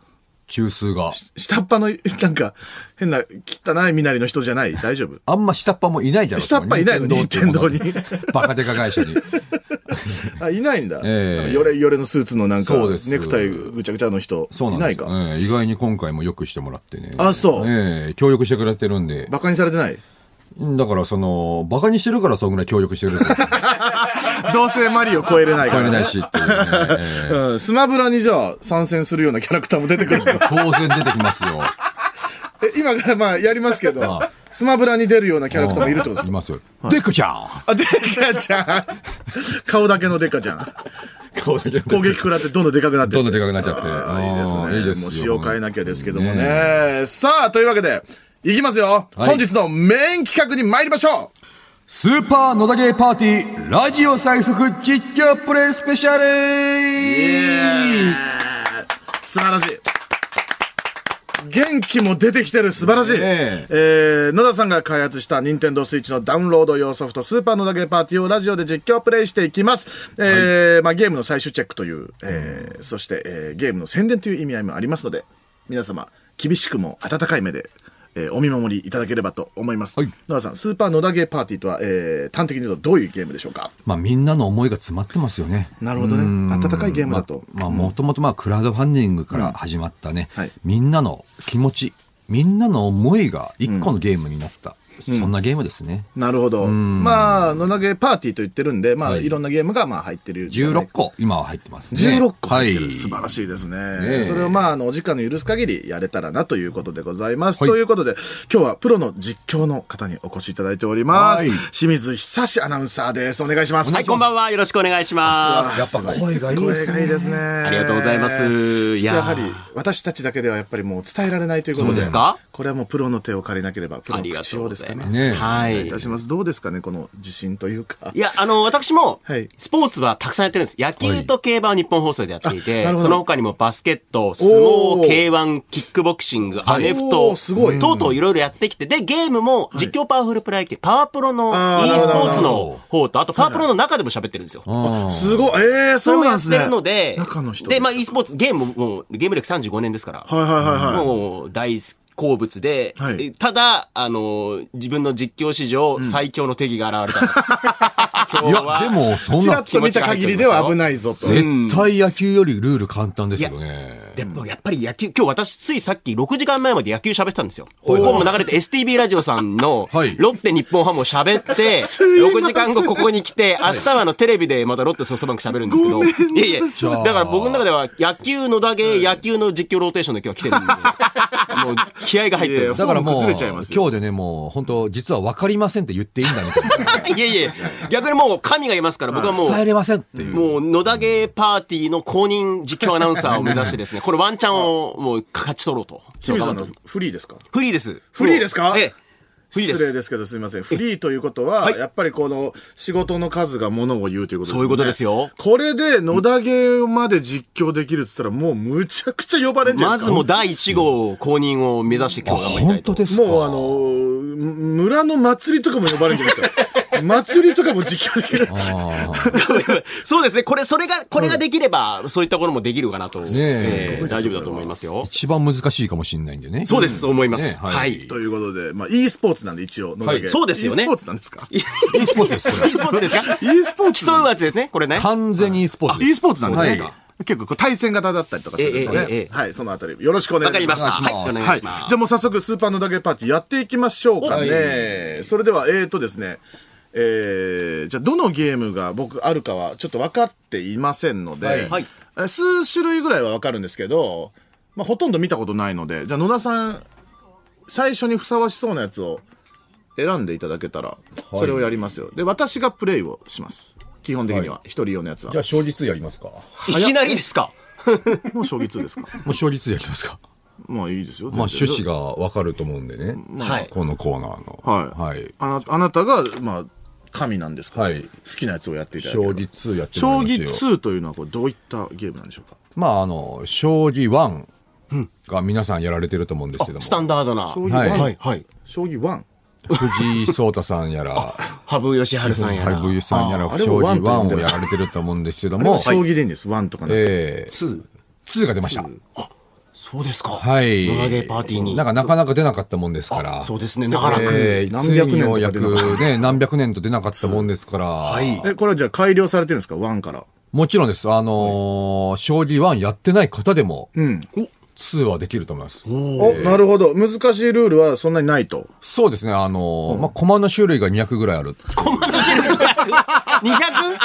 C: 中枢が。
A: 下っ端の、 なんか、変な、汚い身なりの人じゃない大丈 夫
C: あんま下っ端もいないだろう
A: 下っ端いないの
C: 任天堂っていう
A: 任天堂
C: ものバカデカ会社に。
A: あ、いないんだ。
C: ええ
A: なんかヨレヨレのスーツのなんか
C: そうで、す
A: ネクタイぐちゃぐちゃの人。
C: そうなん
A: いな
C: で
A: い
C: す
A: か。
C: ええ意外に今回もよくしてもらってね。
A: あそう
C: ええ協力してくれてるんで。
A: バカにされてない
C: だから、その、バカにしてるからそんぐらい協力してくれてる。
A: どうせマリオ超えれない
C: 超
A: か
C: えれ
A: ら、
C: な
A: ね
C: い。しっていうね。ええ
A: うん、スマブラにじゃあ参戦するようなキャラクターも出てくるのか
C: 当然出てきますよ。
A: え今からまあやりますけど
C: ああ、
A: スマブラに出るようなキャラクターもいるってことです
C: い
A: か
C: ますよ。デクちゃん
A: あ、デカちゃん。顔だけのデカちゃん。
C: 顔だけ
A: 攻撃食らってどんどんでかくなって
C: どんどんでかくなっちゃって。
A: あいいです
C: あ
A: ね。
C: ーいいですよ
A: もう仕を変えなきゃですけどもね。
C: ね
A: さあ、というわけで、いきますよ、
C: はい
A: 本日のメイン企画に参りましょう
C: スーパー野田ゲーパーティー、ラジオ最速実況プレイスペシャル
A: 素晴らしい。元気も出てきてる、素晴らしい。
C: ね
A: えー野田さんが開発した任天堂スイッチのダウンロード用ソフト、スーパー野田ゲーパーティーをラジオで実況プレイしていきます。えーまあ、ゲームの最終チェックという、えーそして、えーゲームの宣伝という意味合いもありますので、皆様、厳しくも温かい目で、えーお見守りいただければと思います。
C: はい
A: 野田さん、スーパー野田ゲーパーティーとは、えー端的に言うとどういうゲームでしょうか
C: まあみんなの思いが詰まってますよね。
A: なるほどね
C: うん
A: 温かいゲームだと
C: まあもともとまあクラウドファンディングから始まったね、
A: はい
C: みんなの気持ち、みんなの思いが一個のゲームになった。そんなゲームですね。
A: なるほど。まあ、野投げパーティーと言ってるんで、まあ、
C: はい
A: い、ろんなゲームがまあ入ってる。
C: 16。個、今は入ってますね。
A: 16個入ってる、
C: はい。
A: 素晴らしいですね。
C: ねえ
A: それをまあ、あの、お時間の許す限りやれたらなということでございます。
C: はい
A: ということで、今日はプロの実況の方にお越しいただいております。
C: はい
A: 清水久志アナウンサーです。お願いします。
D: はい、こんばんは。よろしくお願いします。
C: やっぱ声がいいで
A: 声
C: す
A: がいい
C: ね。
A: ですね。あ
D: ありがとうございます。い
A: や
D: やー
A: はり、私たちだけではやっぱりもう伝えられないということで。
D: そうですか
A: これはもうプロの手を借りなければ、プロ
D: あ
A: の
D: りが
A: 口
D: とう
A: を
D: ご
A: です
D: ざ
A: か
D: い
A: ね。
D: ます。
C: ね
D: は
A: お願いい
D: い
A: た。します。どうですかね、この自信というか。
D: いや、あの、私も
A: はい、
D: スポーツはたくさんやってるんです。野球と競馬を日本放送でやってい
A: あ
D: て、
A: なるほど
D: その他にもバスケット、相
A: おー
D: 撲、K1、キックボクシング、アメフ
A: おー
D: ト、
A: すごい
D: とうとういろいろやってきて、で、ゲームも実況パワフルプロ野球、パワープロの
A: あー
D: e
A: なるほ
D: ス
A: ど
D: ポーツの方と、あとパワープロの中でも喋ってるんですよ。
C: うん
A: すごい。ええ
D: それ
A: そう
D: も
A: なん
D: や
A: で
D: っ
A: す
D: て
A: ね。
D: るので、
A: 中の人
D: で、まあ e スポーツ、ゲームももう、ゲーム歴35年ですから、
A: はいはいはいはい。
D: もう大好物で、
A: はい
D: えただ、あの、自分の実況史上最強の敵が 現れた。
C: い
D: 今日
C: や、で
D: は、
C: もそん
A: ちら
C: な
A: っ、と見た限りでは危ないぞと。
C: 絶対野球よりルール簡単ですよね。
D: でもやっぱり野球、今日私ついさっき6時間前まで野球喋ってたんですよ。ここも流れて STB ラジオさんの
C: はい
D: ロッテ日本ハムを喋って、
A: すいません
D: 6時間後ここに来て、明日はあのテレビでまたロッテソフトバンク喋るんですけど、いやいや、だから僕の中では野球のだけ野球の実況ローテーションで今日は来てるんで、もう気合が入って
A: いや
D: る
A: い。や
C: だからもう、
A: 崩れちゃい
C: 今
A: ます
C: 日
A: よ
C: でね、もう本当、実は分かりませんって言っていいんだみたいな。
D: いやいや、逆にもう神がいますから、僕はもう、
C: 伝えれませんっていう。
D: もう野田ゲーパーティーの公認実況アナウンサーを目指してですね、これワンチャンをもう勝ち取ろうと。
A: 清水さんのフリーですか
D: フリーです。
A: フリーですか
D: ええ。フリーで
A: 失礼
D: す。
A: ですけどすみません。フリーということは、
D: はい
A: やっぱりこの仕事の数がものを言うということですね。
D: そういうことですよ
A: これで野田芸まで実況できるって言ったらもうむちゃくちゃ呼ばれるんじゃな
D: ま
A: いで
D: ず
A: すか。
D: もう第1号公認を目指して今日頑張りた
C: 本
D: いと
C: 当。ですか
A: もうあのーむ村の祭りとかも呼ばれるんじゃないですか。祭りとかも実況できる。
D: そうですね。これ、それが、これができれば、そういったこともできるかなと。ええ大丈夫だと思いますよ。
C: 一番難しいかもしれないんでね。
D: そうです、そう思いま
C: ね
D: す。
C: はい
D: はい。
A: ということで、まあ e スポーツなんで一応野田芸、
C: はい
D: そうですよね
A: e スポーツなんですか
D: e スポーツです、e スポーツですか
A: ?e スポーツ
D: 競うやつですね、これね。
C: 完全に e スポーツです。
A: e スポーツなんですね。
C: はい
A: 結構こう対戦型だったりとかするので、
D: ええええええ
A: はい、そのあたりよろしくお願
D: わ
A: い
D: か
A: し
D: り
A: ま。
D: ますした。はい、お
C: お
D: 願い
A: はい。
D: し
A: じ
D: ま
A: ゃ
D: す
A: あ。もう早速、スーパーのだけパーティーやっていきましょうかね。それでは、えーとですね、えー、じゃあ、どのゲームが僕あるかはちょっと分かっていませんので、
C: はい
D: はい
A: え数種類ぐらいは分かるんですけど、まあ、ほとんど見たことないので、じゃあ、野田さん、最初にふさわしそうなやつを選んでいただけたら、それをやりますよ。で、私がプレイをします。基本的には、一、人用のやつは
C: じゃ。あ、勝率やりますか。も
D: いきなりですか
A: もう将棋2ですか
C: う勝率やりますか。
A: まあいいですよ。
C: まあ、
A: 全然
C: 趣旨がわかると思うんでね。
D: はい
C: このコーナーの。
A: はい。
C: はい。
A: あなあなたが、まあ、神なんですから、
C: はい
A: 好きなやつをやっていただけれ
C: 将
A: ば
C: 棋2やっても
A: 将
C: らい
A: 棋
C: ましょう。
A: 2というのはこれどういったゲームなんでしょうか
C: まあ、あの、将棋1が皆さんやられてると思うんですけども。
D: スタンダードな。
A: 将棋
C: は
A: 1?、
C: い
D: はい、はい。
A: 将棋 1?
C: 藤井聡太さんやら、
D: 羽生善治さんやら。
C: 羽生さんやら、
A: ああ
C: 将
A: れ
C: 棋
A: もワンと呼んでる
C: 1をやられてると思うんですけど
A: も
C: も
A: う、将棋でいいんです。1とかね。
C: えー、
D: 2。
C: 2が出ました。
D: そうですか。
C: はい。
D: 野田ゲーパーティーに
C: なんかなかなか出なかったもんですから。
D: そうですね、長らく。
C: えー、
A: 何
C: つい
A: 百
C: に
A: 年とか
C: ようや
A: 出なかった
C: くね、何百年と出なかったもんですから、
D: はい。
A: え、これはじゃあ改良されてるんですか ?1 から。
C: もちろんです。あのー将棋1やってない方でも、
A: うん。
C: 2はできると思います。
A: お、なるほど。難しいルールはそんなにないと。
C: そうですね、あのーまあ、駒の種類が200ぐらいある。
D: 200?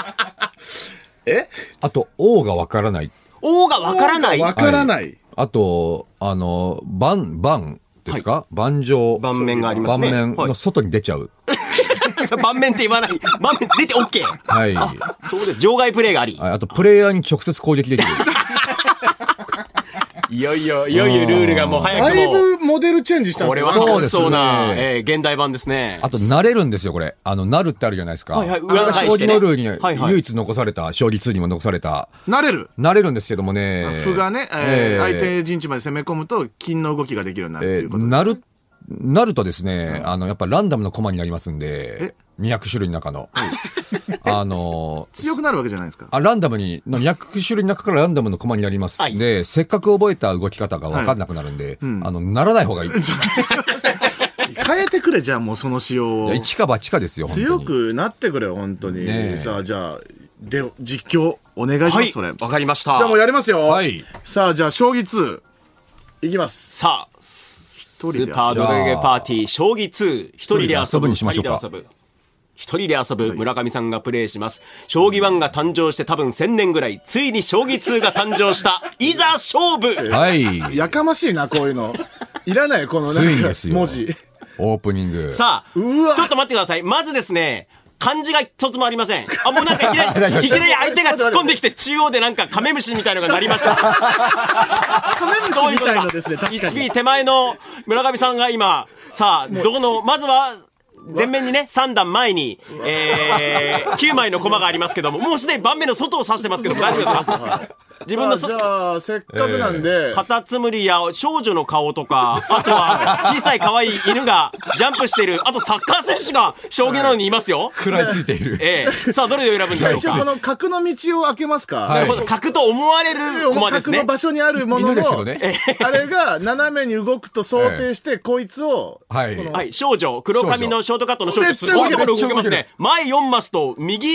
C: あと、王がわからない。
D: 王がわからない。
A: わからない。
C: あと、あのー盤、盤ですか、盤上。
D: 盤面がありますね
C: 盤面の外に出ちゃう。
D: 盤面って言わない。盤面出て OK。
C: はい。
D: そうです。場外プレイがあり。
C: ああと、プレイヤーに直接攻撃できる。
D: いよいよ、いよいよルールがもう早
A: だ
D: く
A: い
D: も、
A: ぶモデルチェンジしたん
D: こ
A: で
D: れ
A: すよ。
C: そ
D: は
C: う
D: 楽
C: で
D: し
C: すね
D: そうな、えー現代版ですね。
C: あと、慣れるんですよ、これ。あの、なるってあるじゃないですか。
D: はいはい
C: あれが
D: 裏返
C: 将
D: して
C: 棋
D: ね
C: のルールに、
D: はいはい
C: 唯一残された、将棋2にも残された、
A: 慣れる。
C: 慣れるんですけどもね。
A: 歩がね、えー
C: えー
A: 相手陣地まで攻め込むと、金の動きができるようになる
C: え
A: ということ
C: ー、
A: です。
C: なる、なるとですね、あの、やっぱランダムのコマになりますんで、200種類の中の。あの、
A: 強くなるわけじゃないですか。
C: あランダムに、の200種類の中からランダムのコマになります。
D: はい
C: で、せっかく覚えた動き方が分かんなくなるんで、あの、ならない方がいい。
A: 変えてくれ、じゃあもうその仕様を。
C: 一か八かですよ、本当に
A: 強くなってくれ、本当に。
C: ねえ
A: さあ、じゃあ、で、実況、お願いします、
D: はい、
A: それ。じ
D: わかりました。
A: ゃあもうやりますよ。
C: はい。
A: さあ、じゃあ、将棋2、いきます。
D: さあ、
A: 一
D: ス
A: 人で
D: ーパードレゲパーティー、将棋2、一人で遊
C: 一人で
D: ぶ、
C: 遊ぶにしましょうか
D: 二人で遊ぶ一人で遊ぶ村上さんがプレイします。将棋1が誕生して多分1000年ぐらい、ついに将棋2が誕生 した、いざ勝負
C: はい。
A: やかましいな、こういうの。いらない、このな
C: つい
A: ん
C: に
A: か
C: ですよ
A: 文字。
C: オープニング。
D: さあ、ち
A: う
D: ょ
A: わ
D: っと待ってください。まずですね、漢字が一つもありません。あ、もうなんかい きなり、いきなり相手が突っ込んできて中央でなんかカメムシみたいのが鳴りました。
A: カメムシみたいなですね、確かに。
D: 1P 手前の村上さんが今、さあ、どの、まずは、前面にね、3段前に、え ー、9枚の駒がありますけども、もうすでに盤面の外を指してますけど、大丈夫ですか自分の
A: さあ
D: そ
A: じゃあ、せっかくなんで、
D: カタツムリや少女の顔とか、あとは小さい可愛い犬がジャンプしている、あとサッカー選手が将棋なのにいますよ。
C: 食らいついている。
D: ええさあ、どれを選ぶんでしょう
A: 一応こ
D: か。
A: の角の道を開けますか。
C: はい
D: なるほど角と思われる駒で
A: 角
D: す
A: の
D: ね。
A: 場所にあるもの
C: 犬です
A: の、
C: よね
A: あれが斜めに動くと想定して、こいつを、
C: はい。
D: はい、少女、黒髪のショートカットの少
A: めっ
D: 女、
A: ちゃ
D: すごいところ
C: 動け
D: 動
C: る
D: けます
C: めっ
D: ね
C: ち。
D: 前4マスと右、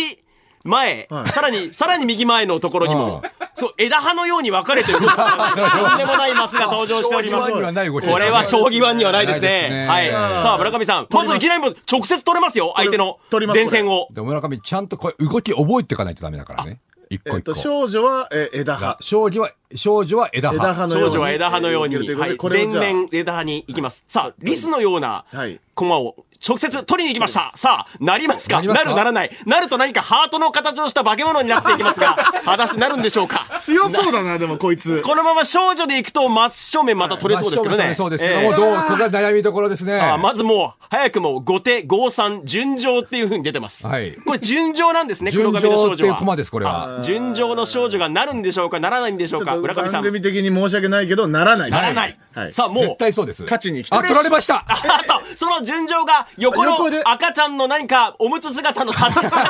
D: 前、さらに、さらに右前のところに
C: う、
D: もそう、枝葉のように分かれてる、とんでもないマスが登場しておりま。
C: 将棋盤にはない動きですすね
D: これは将棋盤にはないです
C: ないです
D: ね
C: ね。
D: はい。
C: うん
D: さあ、村上さん、まずいきなりもう直接取れますよ、相手の
A: 取ります
D: 前線を。
C: で村上、ちゃんとこれ動き覚えていかないとダメだからね。一
A: え
C: 個
A: っ
C: 一
A: と、
C: 個。
A: 少女は、えー枝葉。
C: 少女は、少女は枝葉。
A: 枝葉のよう
D: 少
A: に。
D: 女は枝葉のように、
A: いけるというこ
D: は
A: とで
D: い
A: こ、れ
D: 全
A: をじゃあ
D: 面枝葉に行きます。さあ、リスのような
A: はい
D: 駒を直接取りに行きました。さあ、なりますか
C: なります
D: な
C: か
D: るならない。なると何かハートの形をした化け物になっていきますが、果たしてなるんでしょうか
A: 強そうだな、でもこいつ。
D: このまま少女で行くと真正面また取れそうですけど
C: 真正面取
D: ね。
C: れそうですよ。
D: ええ
C: もうどう、ここが悩みどころですね。
D: さあまずもう、早くも後手、5三、順情っていう風に出てます。
C: はい
D: これ順情なんですね、黒
C: 順
D: 髪の
C: 調
D: 少
C: ってい
D: 女
C: う
D: は
C: 駒。です、これは。
D: あ順情の少女がなるんでしょうかならないんでしょ
A: ち
D: う
A: ょっ
D: か
A: と
D: 村上さ
A: 番
D: ん。な
A: 組的に申し訳ないけど、ならないです
D: らない。
A: はい。
D: さあ、もう
C: 絶、対そうです。
A: 勝ちに来て
C: あ、取られました
D: あと、その順調が横の
A: 横で
D: 赤ちゃんの何かおむつ姿の立ち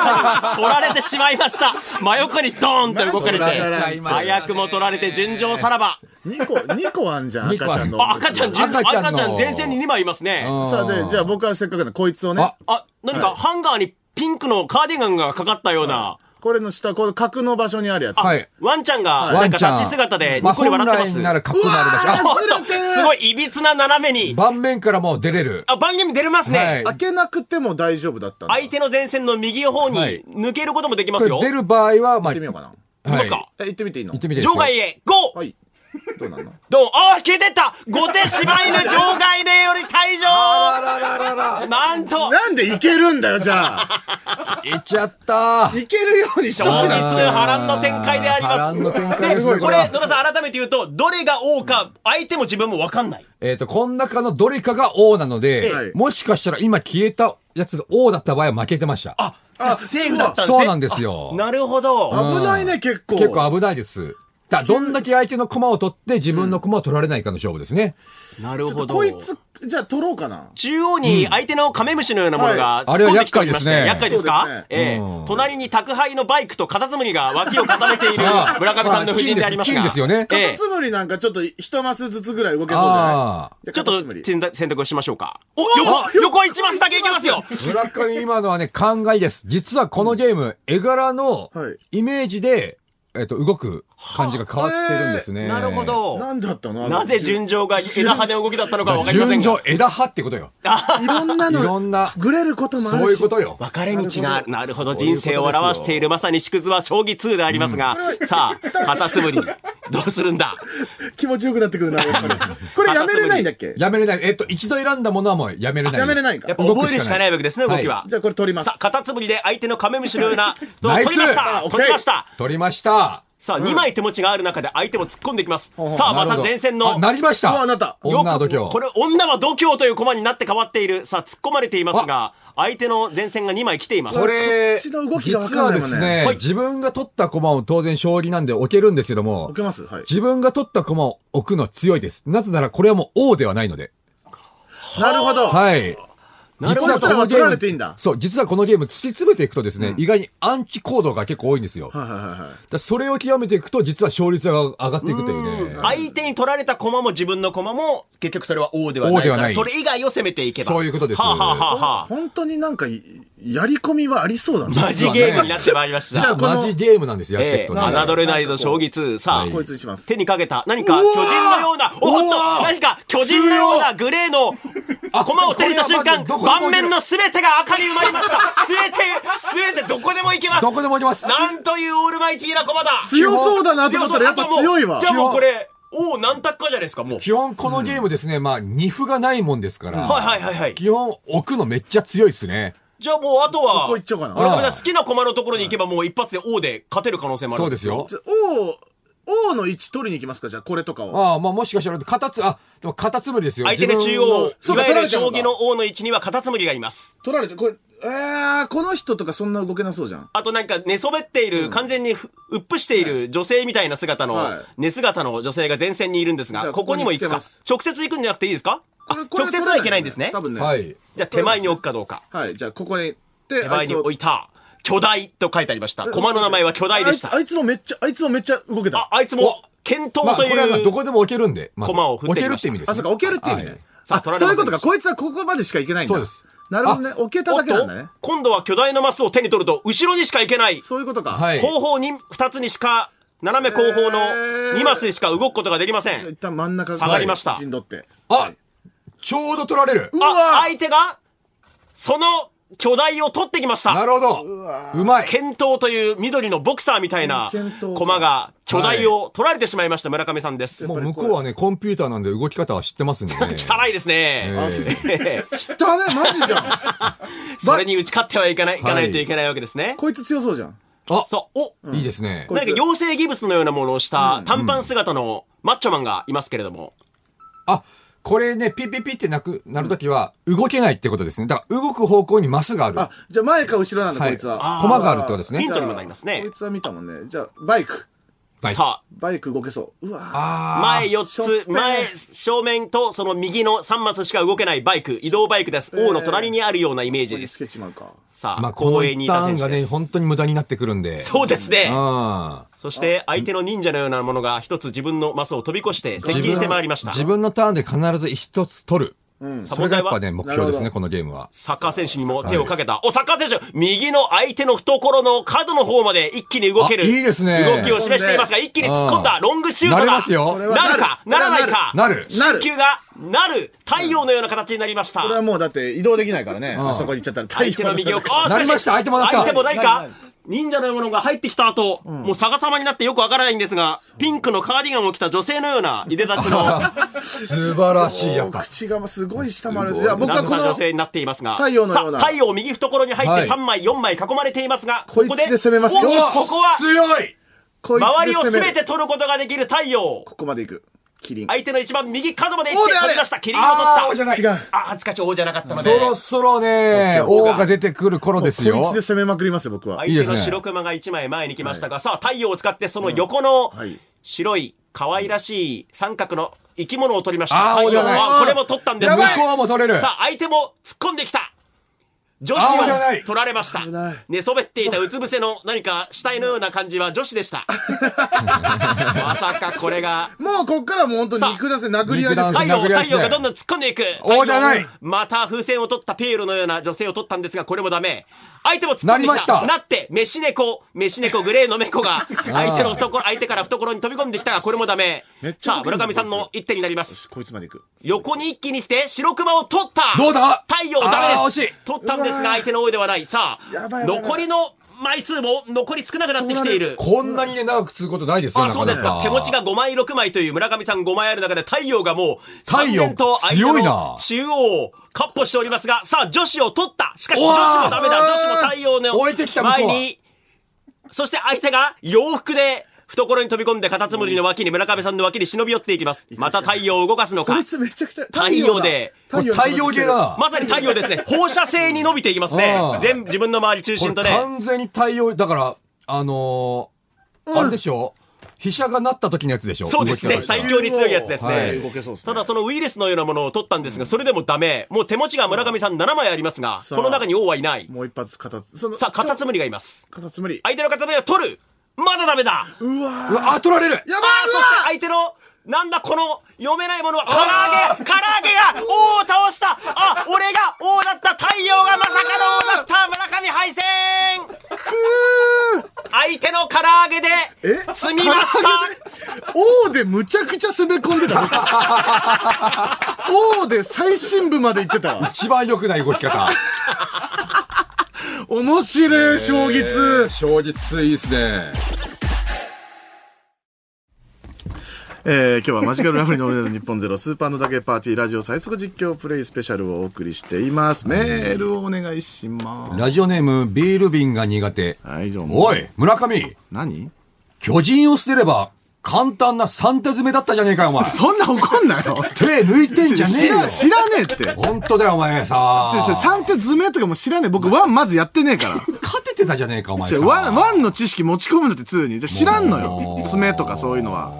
D: 姿に折られてしまいました。真横にドーンと動かれ
A: なんでそんな
D: て、
A: ちゃい
D: 早くも取られて順調さらば。
A: 2個、2個あんじゃん、
C: 二
A: 赤
C: 個あ
A: ちゃ
C: る
A: んの。
D: あ赤ちゃん順
C: 赤ちゃんの
D: 赤ちゃん前線に2枚いますね。
A: さあ、で、じゃあ僕はせっかくのこいつをね
C: あ、
D: あ、何かハンガーにピンクのカーディガンがかかったような、
A: これの下、この角の場所にあるやつ。
C: はい。
D: ワンちゃんが
C: ワ
D: なん
C: ン
D: か
C: ちゃん。
D: 立ち姿でにっこり笑ってます。
C: まあ本来ならかっこなるだし。
D: おっとすごいいびつな斜めに
C: あ、。盤面からもう出れる。
D: あ、番組出れます
C: はい
D: ね。
A: 開けなくても大丈夫だったんだ。
D: 相手の前線の右方に
C: はい
D: 抜けることもできま
C: こ
D: す
C: れ
D: よ。
C: 出る場合は、
A: 行
C: まあ、
A: ってみよう
C: 行
A: かな。
D: いきますか
A: え、行ってみていいの
C: ってみていいです
D: 場
C: よ
D: 外へ、ゴー
A: はい。どうなの
D: どうもああ消えてった後手柴犬場外でより退
C: あ
D: 場
C: ららららら。
D: なんと本
A: なんでいけるんだよ、じゃあ。
C: 行っちゃった。
A: いけるようにしと
D: 日
A: くね。
D: 波乱の展開であり
C: 波乱の
D: ま
C: 展開ですすね、
D: でこ
C: これは
D: れ野田さん改めて言うとどれが王か相手も自分も分かんない
C: えっ、と、この中のどれかが王なので、
A: ええ
C: もしかしたら今消えたやつが王だった場合は負けてました。
D: あじゃあセーフだったんですね
C: そうなんですよ
D: あ。なるほど
A: 危ないね、結構。
C: 結構危ないです。だどんだけ相手の駒を取って自分の駒を取られないかの勝負ですね。
D: なる
A: ちょっ
D: ほ
A: と
D: ど
A: こいつ、じゃあ取ろうかな。
D: 中央に相手のカメムシのようなものが突っ込んできておりまして、
C: はいあれは
D: 厄
C: 厄介
D: 介
A: で
D: で
A: すすね
D: か、
A: そうですね
D: ええ
C: うん
D: 隣に宅配のバイクとカタツムリが脇を固めている
C: ああ
D: 村上さんの夫人でありますが、
C: まあ金です金ですよね
A: カ
D: え
A: タ
D: え
A: ツムリなんかちょっと一マスずつぐらい動けそうじゃ
C: ああ。
A: ない
D: ちょっと
A: ちょっ
D: 選択選択をしましょうか。
A: お
D: 横、横一マスだけいきますよ
C: 村上今のはね、勘がいいです。実はこのゲーム、絵柄の
A: はい
C: イメージで、えっ、と、動く感じが変わってるんですね。
D: なるほ。ど。
A: なんだったの
D: なぜ順調が枝葉で動きだったのかわかりません
C: 順
D: が
C: 序、。枝葉ってことよ。
A: いろんない
C: ろ
A: の、
C: んな、
A: ぐれることもあるし。
C: そういうことよ。
D: 分かれ道が、なるほど、
C: そういう
D: 人
C: こと
D: 生を表している、まさに縮図は将棋2でありますが、さあ、カタツムリ、どうするんだ
A: 気持ちよくなってくるな、やっぱ りこれやめれないんだっけ
C: やめれない。えっ、と、一度選んだものはもうやめれないです。
A: やめれないん
D: やっ
A: か
D: ぱ。覚えるしかないわけですね、動きは。
A: じゃあこれ取ります
D: さあ、。カタツムリで相手のカメムシのような、
C: ナイス
D: 取りました
A: あオッケー
D: 取りました
C: 取りました。
D: さあ、2枚手持ちがある中で相手も突っ込んできます。さあ、ま
C: なる
D: た
C: ほど
D: 前線の
C: あ。なりまし
A: うわ
C: た。
A: あなた
D: よく
C: 女は度胸。
D: これ、女は度胸という駒になって変わっている。さあ、突っ込まれていますが、相手の前線が2枚来ています。
C: これ、
A: こっちの動きが分かんないもんね
C: 実はですね、
D: はい
C: 自分が取った駒を当然将棋なんで置けるんですけども
A: 置、けますはい。
C: 自分が取った駒を置くの強いです。なぜならこれはもう王ではないので。
A: なるほど。
C: はい。
D: なるほど
A: それは取られていいんだ
C: そう、実はこのゲーム突き詰めていくとですね、意外にアンチ行動が結構多いんですよ。
A: はいはいはいはい。
C: だからそれを極めていくと、実は勝率が上がっていくというね。
D: 相手に取られた駒も自分の駒も、結局それは王ではない
C: 王で
D: か
C: は
D: ら、
C: ない
D: それ以外を攻めていけば。
C: そういうことです
D: はあ、はあはあはあ、
A: 本当になんかい、やり込みはありそうだね。
D: マジゲームになってまいりまし
C: 実は
D: た。
C: マジゲームなんですよ、やってい
D: ええ
C: くとね。
D: 侮れないぞ、将棋2。さあ、
A: こいつにします。
D: 手にかけた、何か巨人のような、おっと、何か巨人のようなグレーの、駒を手にした瞬間、
C: これはまずどこでも
D: 盤面の全てが赤に埋まりました。全て、全てどこでも行けます。
C: どこでも置きます。
D: なんというオールマイティーな駒だ
A: 強そうだなと思ったらやっぱ強いわ
D: じゃあもうこれ、王何択かじゃないですか、もう。
C: 基本このゲームですね、まあ、二歩がないもんですから。
D: はいはいはいはい。
C: 基本置くのめっちゃ強いですね。
D: じゃあもうあとは、
A: ここ行っちゃおうかな
D: 村上さん好きな駒のところに行けばもう一発で王で勝てる可能性もある。
C: そうですよ
A: じ。ゃ王、王の位置取りに行きますかじゃあこれとかを。
C: ああ、まあもしかしたら、カタツ、あ、でもカタツムリですよ。
D: 相手で中央、
A: そう
D: い
A: か
D: わ
A: 取
D: ゆる
A: られちゃう
D: 将
A: のか
D: 棋の王の位置にはカタツムリがいます。
A: 取られて、これ、えー、この人とかそんな動けなそうじゃん。
D: あとなんか寝そべっている、完全にふうっぷしている女性みたいな姿の、
A: はい
D: 寝姿の女性が前線にいるんです
A: じゃ
D: が、
A: あ
D: ここにも行
A: こ
D: く
A: こ
D: か
A: につけます。
D: 直接行くんじゃなくていいですか
A: これ
D: あ
A: これ
D: 直接はいけないんですね。
A: 多分ね。
C: は。い。
D: じゃあ手前に置くかどうか。
A: はい、じゃあここに。で、
D: 手前に置いた、巨大と書いてありました。駒の名前は巨大で
A: あ
D: し
A: いつ
D: た。
A: あいつもめっちゃ、あいつもめっちゃ動けた。
D: あ
A: あ、、
D: あいつも、検
C: まあ、
D: 討
C: こと
D: い
C: れはまあど
D: う、
C: こでも置けるんで、まず
D: 駒を振って
C: 置
D: き
C: ける
D: ま
C: っ
D: した
C: て意味ですね。
A: そうか、置けるっていう意味ね。
C: はい
D: さあ
A: あ
D: 取られ
A: そう
D: ま
A: い
D: せ
A: うん
D: で
A: こ
D: し
A: と
D: た
A: か。こいつはここまでしか行けないんだ。
C: そうです
A: なるほどね。置けただけなんだ
D: おっ
A: ね
D: と。今度は巨大のマスを手に取ると、後ろにしか行けない。
A: そういうことか。
C: はい
D: 後方に、二つにしか、斜め後方
A: え
D: の
A: ー
D: 2マスにしか動くことができません。
A: 一旦真ん中
D: 下がりました
A: 陣取って。
C: あちょうど取られる
A: う
D: あ
A: わ、
D: 相手が、その巨大を取ってきまし
C: な
D: た。
C: るほどうまい
D: 剣闘という緑のボクサーみたいな
A: 剣闘
D: 駒が巨大を取られてしまいました村上さんです。
C: も
D: 汚
C: う向こうはね、コンピューターなんで動き方は知ってますんで、 ね。
D: いですね。
C: ええ
A: 汚ねマジじゃん。
D: それに打ち勝ってはいかない、い
C: はい
D: かないといけないわけですね。
A: こいつ強そうじゃん。
C: あ、
D: そう、お、
C: いいですね。
A: こい
D: 何
A: つ
D: か妖精ギブスのようなものをした短パン姿のマッチョマンがいますけれども。
C: あ、これね、ピッピッピッってなく、なるときは、動けないってことですね。だから、動く方向にマスがある。
A: あ、じゃあ前か後ろなんだ、
C: は
A: こ
C: い。
A: いつは。
C: 駒があるってことです
D: ヒ
C: ね
D: ン。トにもなりますね
A: こいつは見たもんね。じゃあ、バイク。
C: はい
D: さ
A: バイク動けそう。うわ
D: あ、
C: あ
D: 前
A: しょっ
D: 4つ、
A: ぺー
D: 前正面とその右の3マスしか動けないバイク、移動バイクです。
A: っぺー
D: 王の隣にあるようなイメー
A: こ
D: ジ
A: れ
D: で
A: つ
D: す。
A: けちまうか。
D: さ
C: あ。ま
D: あ、
C: あ、この
D: 公
C: 一
D: 園にいた
C: ター
D: 選
C: ン
D: 手
C: が
D: で
C: ね、
D: す。
C: 本当に無駄になってくるんで。
D: そうですね。
C: ああ。
D: そして相手の忍者のようなものが一つ自分のマスを飛び越して接近してまいりました。
C: 自分のターンで必ず一つ取る。それがやっぱね、
D: 問
C: 目標です
A: なる
C: ね、
A: ほ
C: このゲームは。
D: サッカー選手にも手をかけた。お、サッカー選手右の相手の懐の角の方まで一気に動ける。
C: あいいですね
D: 動きを示していますが、一気に突っ込んだ。ロングシュート
C: な
D: だ。
C: りますよこ
A: れは
D: なるか、
A: な
D: なら
A: る
D: ないか。
C: なる
A: なる
D: 球が、なる。太陽のような形になりました
A: これ。はもうだって移動できないからね。あそこに行っちゃったら
D: 相手の右を、あーしかし
C: なりました相手もなった
D: 相手もない
A: な
D: か
A: いな。
D: 忍者のようなものが入ってきた後、もう逆さまになってよくわからないんですが、ピンクのカーディガンを着た女性のようないでたち の、
C: 素晴らしい、やっぱ。
A: 口がすごい下もあるし。じゃあ僕
D: な
A: は
D: ん
A: こ
D: か
A: の
D: 女、性になっていますが。
A: 太陽のような
D: さあ太陽右懐に入っ
C: は
D: て
C: い
D: 3枚、4枚囲まれていますが、
A: こいつ
D: こ
A: で攻めます
D: お
A: よ
D: ここは、
C: 強い
A: こい
D: 周りを
A: つで攻め
D: 全
A: る
D: て取ることができる太陽。
A: ここまで行く。キリン。
D: 相手の一番右角まで行っ
A: 王
D: て
A: であれ
D: 取り出した。キリンを
C: ああ、
D: 取
C: じ
D: っ
C: ゃない
A: 違。う。
D: た。ああ、しかし王じゃなかったの
C: そ
D: で。
C: ろそろね、
D: 王
C: 王
D: が
C: が出てくる頃です
A: こい
C: よ
A: つで。攻めまくりますよ、僕は。
C: いいで
D: 相手
C: す
D: の
C: ね
D: 白熊が1枚前に来ましたが、さあ太陽を使ってその横の
A: はい
D: 白い可愛らしい三角の生き物を取りまし
C: あ
D: た。
C: ー
D: 太陽
C: 王じゃ
D: は
C: ない
D: これも取ったんです
C: 向
D: が、
C: こうも取れ る。
D: さあ相手も突っ込んできた。女子
C: あー王じゃない
D: は取られました
A: 危ない。
D: 寝そべっていたうつ伏せの何か死体のような感じは女子 でした。まさかこれが。
A: もうこっからもう本当に肉出せ、殴り合いですよ
C: 肉弾
D: 太陽、
C: 殴り合いで
D: 太
C: す
D: 陽
C: ね
D: がどんどん突っ込んでいく。
C: おーじゃない
D: 太陽また風船を取ったピエロのような女性を取ったんですが、これもダメ。相手も突っ込
C: な
D: んできた。
C: りました
D: なって、飯猫、飯猫、グレーの 猫が、相手の懐、相手から懐に飛び込んできたが、これもダメ
A: めっ。ちゃ
D: さあ、
A: 動け
D: 村
A: る
D: 上さんの一手になります。
A: こいつまで行く。
D: 横に一気にして、白熊を取った
C: どうだ
D: 太陽、ダメ
C: あー
D: で
C: 惜しい
D: す取ったんです
A: う
D: が、
A: わー
D: 相手の王ではない。さ
A: やばいやばい
D: あ、
A: やばい
D: 残りの枚数も残り少なくなってきている。
C: こんなにね、長く続くことないですよ、
D: あ、そうですか。手持ち
C: が。
D: が5枚、6枚という村上さん5枚ある中で太陽がもう、
C: 太陽
D: 三連と相手
C: 強い
D: の
C: な
D: 中央をカッポしておりますが、さあ、女子を取った。しかし、
C: う
D: 女
C: わー
D: 子もダメだ。女子も太陽の
C: 置いてきた向こうは
D: 前に、そして相手が洋服で、懐に飛び込んでカタツムリの脇に村上さんの脇に忍び寄っていきます。また太陽を動かすの
A: こ
D: か
A: い。つめちゃくちゃ
D: 太陽で
C: これ太陽系だな。
D: まさに太陽です ね。放射線に伸びていきますね
C: ああ。
D: 全自分の周り中
C: これ
D: 心とね。
C: 完全に太陽、だから、あのーあれでしょ飛車がなった時のやつでしょ
D: そうですね。
C: 動きが
D: 最強に強いやつですね。
C: はい
A: 動けそうですね
D: ただそのウイルスのようなものを取ったんですが、それでもダメ。もう手持ちが村上さん7枚ありますが、
A: さあ
D: この中に王はいない。
A: もう一発カタその
D: さあ、カタツムリがいます。
A: カタツムリ
D: 相手のカタツムリを取るまだダメだ
A: うわ
C: うわあ、取られる
A: やば
D: ああ、そ
A: い
D: して相手の、なんだこの、読めないものは、唐揚げ唐揚げが王を倒したあ、俺が王だった太陽がまさかの王だった村上敗戦相手の唐揚げで
A: え、
D: 積みました
A: 王でむちゃくちゃ攻め込んでた王で最深部まで行ってたわ
C: 一番良くない動き方。
A: 面白い将棋
C: えー
A: 通
C: 将棋ついいですね。
A: えー今日はマジカルラブリーのオールナイト日本ゼロスーパーのだけパーティーラジオ最速実況プレイスペシャルをお送りしていますメールをお願いします
C: ラジオネーム、ビール瓶が苦手。
A: はいどうも
C: おい、村上、
A: 何
C: 巨人を捨てれば、簡単な三手詰めだったじゃねえかよ、お 前。
A: そんな怒んなよ
C: 手抜いてんじゃねえ
A: 知
C: よ
A: ら。知らねえって
C: 本当だよ、お前さ。
A: 3手詰めとかも知らねえ僕1まずやってねえから
C: 勝ててたじゃねえか、お前
A: じゃ
C: さ。
A: あワン、ワンの知識持ち込むんだって2に。じゃあ知らんのよ
C: も。う
A: 爪とかそういうのは。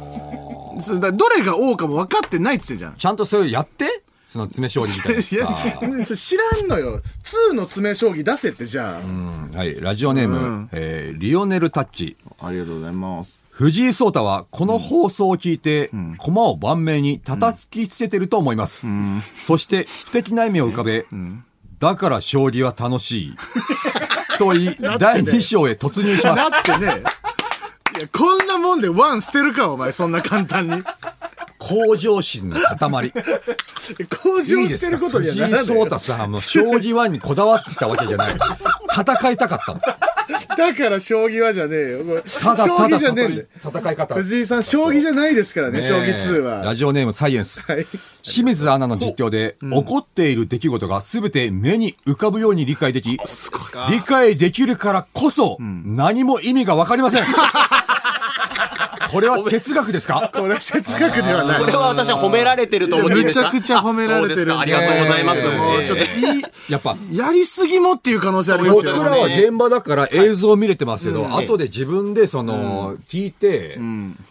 A: それだどれが王かも分かってないっつってんじゃん。
C: ちゃんとそれやってその詰め将棋 みたい
A: いや
C: なさ。
A: それ知らんのよ。2の爪将棋出せって、じゃあ。
C: うんはい、ラジオネーム、えーリオネルタッチ。
A: ありがとうございます。
C: 藤井聡太はこの放送を聞いて、駒を盤面に叩きつけてると思います。そして、不敵な意味を浮かべ、だから将棋は楽しい。と 言い、第2章へ突入します。
A: なってね。いや、こんなもんでワン捨てるか、お前。そんな簡単に。
C: 向上心の塊。
A: 向
C: い
A: 上
C: いで
A: し
C: す
A: て
C: か
A: ることに
C: 藤
A: は
C: 井
A: ならない
C: 聡
A: よ。
C: 太さんも将棋ワンにこだわってきたわけじゃない。戦いたかったの。
A: だから将棋はじゃねえよ。これ将
C: ただた
A: 棋じゃ
C: だ
A: ねえんだよ。
C: 戦い方。
A: 藤井さん、将棋じゃないですからね、将棋2
C: ねえ
A: は
C: ラ。ジオネームサイエンス。
A: はい
C: 清水アナの実況で、起こっている出来事が全て目に浮かぶように理解でき、理解できるからこそ、何も意味がわか りません。これは哲学ですか
A: これは哲学ではない
D: こ。れは私は褒められてると思っていいん
A: め
D: です
A: ち
D: か
A: ゃくちゃ褒められてるんで。
D: あそうですかありがとうございます。
A: えーもうちょっと
D: えー
A: い
C: やっぱ、
A: い、やりすぎもっていう可能性あります
C: 僕
A: よ。
C: らは現場だから映像見れてますけど、後で自分でその、聞いて、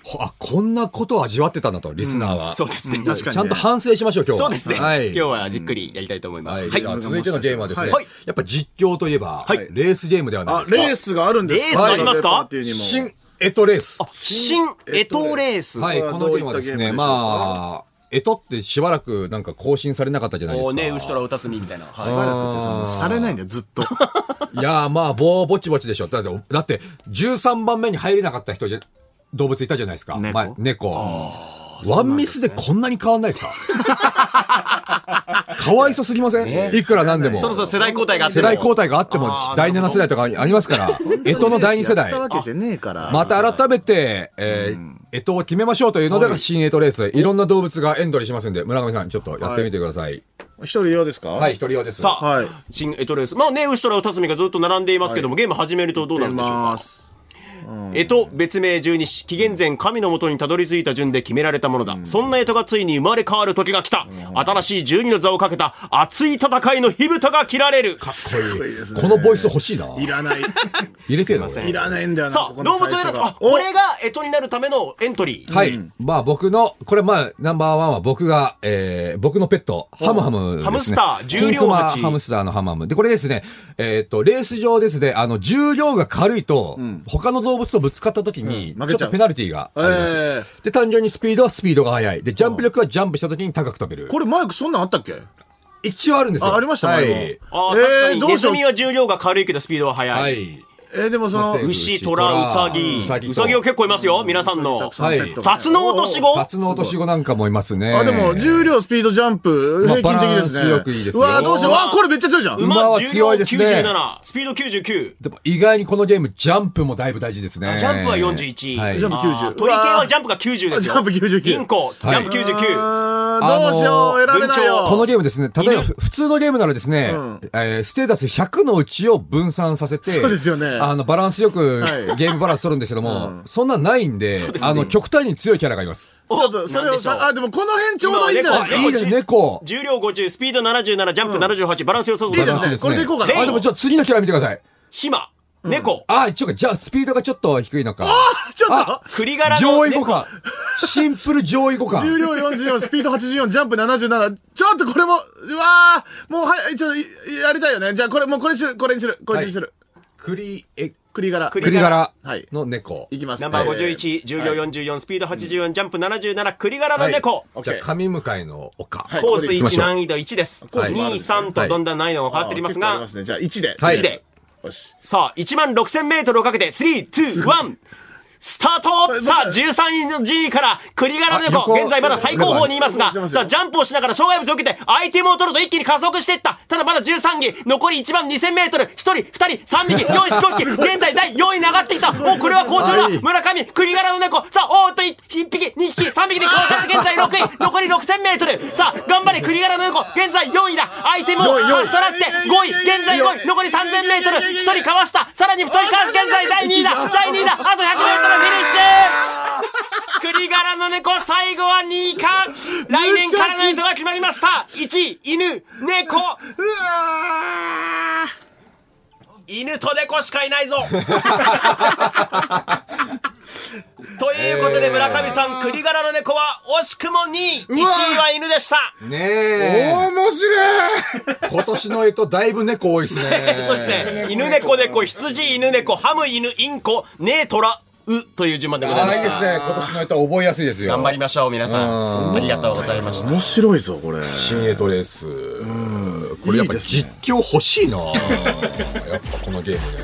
C: ほあ、こんなことを味わってたんだと、リスナーは。
D: そうですね。
A: 確かにね
C: ちゃんと反省しましょう、今日は。
D: そうですね。
C: はい。
D: 今日はじっくりやりたいと思いま
C: は
D: す。
C: い、
D: は
C: で
D: い。レ
C: は
D: ース
C: 続いてのゲームはですね、
A: はい
C: やっぱ実況といえば、
D: はい
C: レースゲームではない
A: あ
C: で、すか。
A: レースがあるんです
D: レースありますか
A: はいパーティーにも
C: 新エトレース。
D: 新エトレース。
C: はい、
A: これは
C: このゲームはです
A: どういったゲームでしょ
C: ね、
A: うか
C: まあ、エトってしばらくなんか更新されなかったじゃないです
D: も
C: か。
D: うね、牛とら歌つみみたいな。
A: しばらくってそのされないんだよ、ずっ と。
C: いやーまあ、ぼぼちぼちでしょ。だって、だって、13番目に入れなかった人じゃ、動物いたじゃないですか。
A: 猫
C: 前猫。ワンミスでこんなに変わんないです かかわいそすぎません、いくらなんでも。
D: そろそろ世代交代があって
C: 世
D: も
C: 代交代があっても
D: あ、ー
C: 第7世代とかありますから、干支の第2世代
A: やっ。たわけじゃねえから。
C: また改めて、えー、干支を決めましょうというので、新干支レース。いろんな動物がエントリーしますんで、村上さん、ちょっとやってみてください。
A: 一人用ですか
C: はい、一。人用です。
D: さ
A: は
D: あ
A: い、
D: 新エトレース。まあね、牛とら歌つみがずっと並んでいますけども、ゲーム始めるとどうな
A: 出
D: るんでしょうか。
A: ます。
D: 干支別名十二支紀元前神のもとにたどり着いた順で決められたものだ、そんな干支がついに生まれ変わる時が来た、新しい十二の座をかけた熱い戦いの火蓋が切られる
A: ごいですね
C: このボイス欲しいな。
A: いらない。
C: 入れてるの
D: すいませ
A: いらないんだよな。
D: さ
A: こ
D: あ
A: こ
D: 動
A: の
D: 物を
A: 最初
D: 選んだあ
A: が
D: これが干支になるためのエントリー、
C: はい。まあ僕の、これまあナンバーワンは僕が、えー、僕のペット、ハムハムです、ね。
D: ハムスター重
C: 金
D: 量
C: 熊
D: 鉢
C: ハムスターのハムハム。で、これですね、えーっと、レース上ですね、あの、重量が軽いと、他の動物とぶつかった時に、
A: うん負け
C: ちょっ
A: ちゃう
C: とペナルティーがあります。
A: え
C: で、単純にスピードはスピードが速い。で、ジャンプ力はジャンプした時に高く飛べる
A: ー。これマイクそんなんあったっけ
C: 一応あるんですよ。
A: あ、ありました
C: は
A: 前も
C: い。
D: ああ、
A: えー
D: 確かに
A: ど
D: ネ
A: うし
D: ズ
A: よう
D: ミは重量が軽いけどスピードは速い、
C: はい。
A: えー、でもその
C: 待、って
D: 牛虎ウサギ
C: ウ
D: ウ
C: サ
D: サ
C: ギ
D: ギ
C: と
D: は結構いますよ皆さんの
A: さんペットが
D: タツノオトシゴ
C: ガツの落とし子なんかもいますね。
A: あ、でも、重量、スピード、ジャンプ、
C: まあ
A: 平均的ですね。
C: バランスよくいいです
A: う
C: よ
A: わー、どうしよう。あ、これめっちゃ強いじゃん。
C: 馬は強いですね
D: 重量97スピード99
C: でも意外にこのゲーム、ジャンプもだいぶ大事ですね。
D: ジャンプは41、
C: はい
A: ジャンプ
D: あー
A: 90
D: 鳥系はジャンプが90ですよ。
A: ジャンプ99
D: インコ、ジャンプ99。
A: あよどうしよう、
C: あの
A: 選べないよ
C: このゲームですね、例えば
D: 犬
C: 普通のゲームならですね、えーステータス100のうちを分散させて、
A: そうですよね
C: あの、バランスよく、
A: はい
C: ゲームバランス取るんですけども、そんなんないんで、あの、極端に強いキャラがいます。
A: ちょっと、それ
D: なん
A: を
D: でしょう
A: さ、あ、でもこの辺ちょうどいいんじゃない
C: あ、
A: ですか。
D: 今
A: いい
C: いい
A: で
C: ですね、猫。
D: 重量50、スピード77、ジャンプ78、バランス良さそうだな
C: バランス
A: ね。これでいこうかな。
D: レイ
C: あ、でもちょっと次のキャラ見てください。
D: ひま、猫、
C: あ、一応か、じゃあスピードがちょっと低いのか。
A: ちょっと
C: あ
D: 栗柄の
C: 上位
D: 猫
C: 互換。シンプル上位互換。
A: 重量44、スピード84、ジャンプ77。ちょっとこれも、うわーもうはい、ちょっとい、やりたいよね。じゃあこれ、もうこれにする、これにする、これにする。
C: 栗、え、
A: 栗柄。
D: 栗
C: 栗柄
A: はい
C: の猫。
A: いきます。
D: ナンバー
A: え
D: 51、重量44、スピード84、ジャンプ77、栗柄の
C: はい
D: 猫。
A: OK
C: じゃあ、神向かいの丘。
A: はい
D: コー
A: ここ
D: ス
A: で行きま
C: し
D: 1
C: ょう
D: 難易度1です。
A: コース
D: 2、
A: もあるんですね
D: 3とだんだん難易度が変わっています
A: あー
D: が、
A: 結構ありますね。じゃあ1で。
C: はい
D: 1で。
A: よし。
D: さあ、1万6000メートルをかけて、3、2、1。スタート
A: れ
D: さあ、13位の G から、栗柄の
C: あ横
D: 猫、現在まだ最高峰にいますが、
A: 横
D: さあ、ジャンプをしながら障害物を受けて、アイテムを取ると一気に加速していった。ただまだ13位、残り1万2000メートル、1人、2人、3匹、4匹、5匹、現在第4位に上がってきた。もうこれは好調だ。
C: はい
D: 村上、栗柄の猫、さあ、おーっと、1匹、2匹、3匹で加わされて現在6位、残り6000メートル。さあ、頑張れ、栗柄の猫、現在4位だ。アイテムを
A: よいよ
D: か
A: い
D: っさらって、5位、現在5位、残り3000メートル、1人かわした。さらに2人かわす、現在第2位だ。第2位だ。あと100メートルフィニッシュ栗柄の猫、最後は2位か来年からのイトが決まりました。1位、犬、猫。犬と猫しかいないぞ ということで村上さん、栗柄の猫は惜しくも2位 !1 位は犬でした
C: ねえ。
A: 面白い
C: 今年の干支だいぶ猫多いですね。
D: そうですね。犬猫猫羊犬猫ハム犬インコねえトラうという順番でございま
C: あい
D: す
C: いですね。今年の干支覚えやすいですよ。
D: 頑張りましょう皆さ。
C: うんん
D: ありがとうございました。
A: 面白いぞ、これ。
C: 新エトレース。これやっぱ
A: いいですね
C: 実況欲しい なやっぱこのゲームね。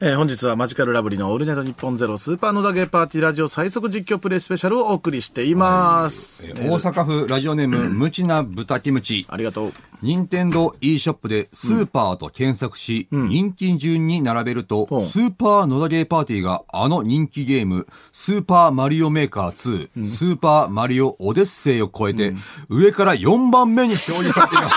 A: えー本日はマジカルラブリーのオールナイトニッポンゼロスーパーのダゲーパーティーラジオ最速実況プレイスペシャルをお送りしています。
C: え
A: え
C: ー大阪府ラジオネーム、無知な豚キムチ。
A: ありがとう。
C: 任天堂 e ショップでスーパーと検索し、人気順に並べると、
A: うん
C: スーパー野田ゲーパーティーがあの人気ゲーム、スーパーマリオメーカー2、スーパーマリオオデッセイを超えて、上から4番目に表示されてい ます。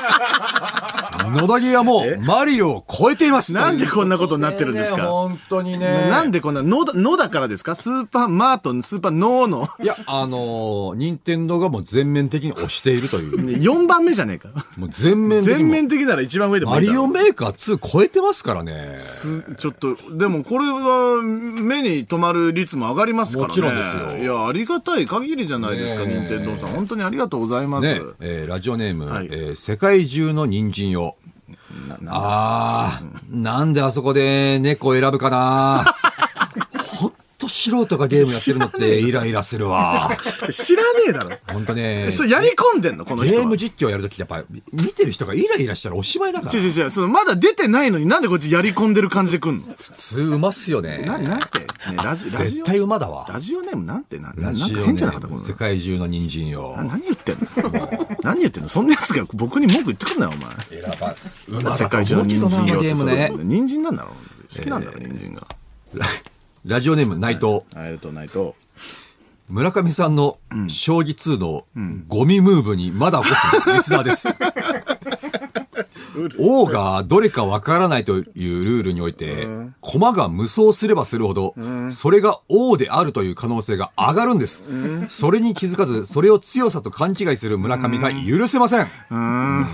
C: 野田ゲーはもうマリオを超えています。
A: なんでこんなことになってるんですか
C: ねえ本当にね。
A: なんでこんな、のだ、のだからですかスーパーマート、スーパーノーの。
C: いや、あのー、任天堂がもう全面的に推しているという。
A: 4番目じゃねえか。
C: もう全面的に
A: 全
C: も
A: 面的なら一番上でも
C: マ
A: いいだ
C: リ
A: ろ
C: オメーカー2超えてますからね。
A: すちょっと、でもこれは目に留まる率も上がりますからね。
C: もちろんですよ
A: いや、ありがたい限りじゃないですか、
C: ねえ
A: 任天堂さん。本当にありがとうございます。
C: ね、えーラジオネーム、
A: はい
C: えー世界中の人参を。あー、なんであそこで猫を選ぶ かなほんと素人がゲームやってるのってイライラするわ。
A: 知らねえだろ。
C: ほんとね。
A: それやり込んでんの、この人
C: ゲ
A: は。
C: ーム実況やるときってやっぱ見てる人がイライラしたらおしまいだから。
A: 違う違う違う、そのまだ出てないのになんでこっちやり込んでる感じで来んの
C: 普通うますよね。
A: な、なんて、ね、ラジ、ラジ
C: 絶
A: オ、
C: 対馬だわ。
A: ラジオネームなんてな、なな
C: ラ
A: ん
C: ジ
A: か
C: オ
A: 変じゃなかった
C: ネ
A: こ
C: ーム
A: の
C: 世界中の人参よ。
A: な何言ってんの何言ってんのそんな奴が僕に文句言ってくんなよ、お前。
C: 選ば、
A: 世界中の人参よ
C: ゲームね。
A: 人参なんだろう好きなんだろう、人参が。
C: ラジオネーム内藤。
A: 会えるとないと。
C: 村上さんの将棋2のゴミムーブにまだ起こっ てるリスナーです。王がどれかわからないというルールにおいて、駒が無双すればするほど、それが王であるという可能性が上がるんです。それに気づかず、それを強さと勘違いする村上が許せません。うん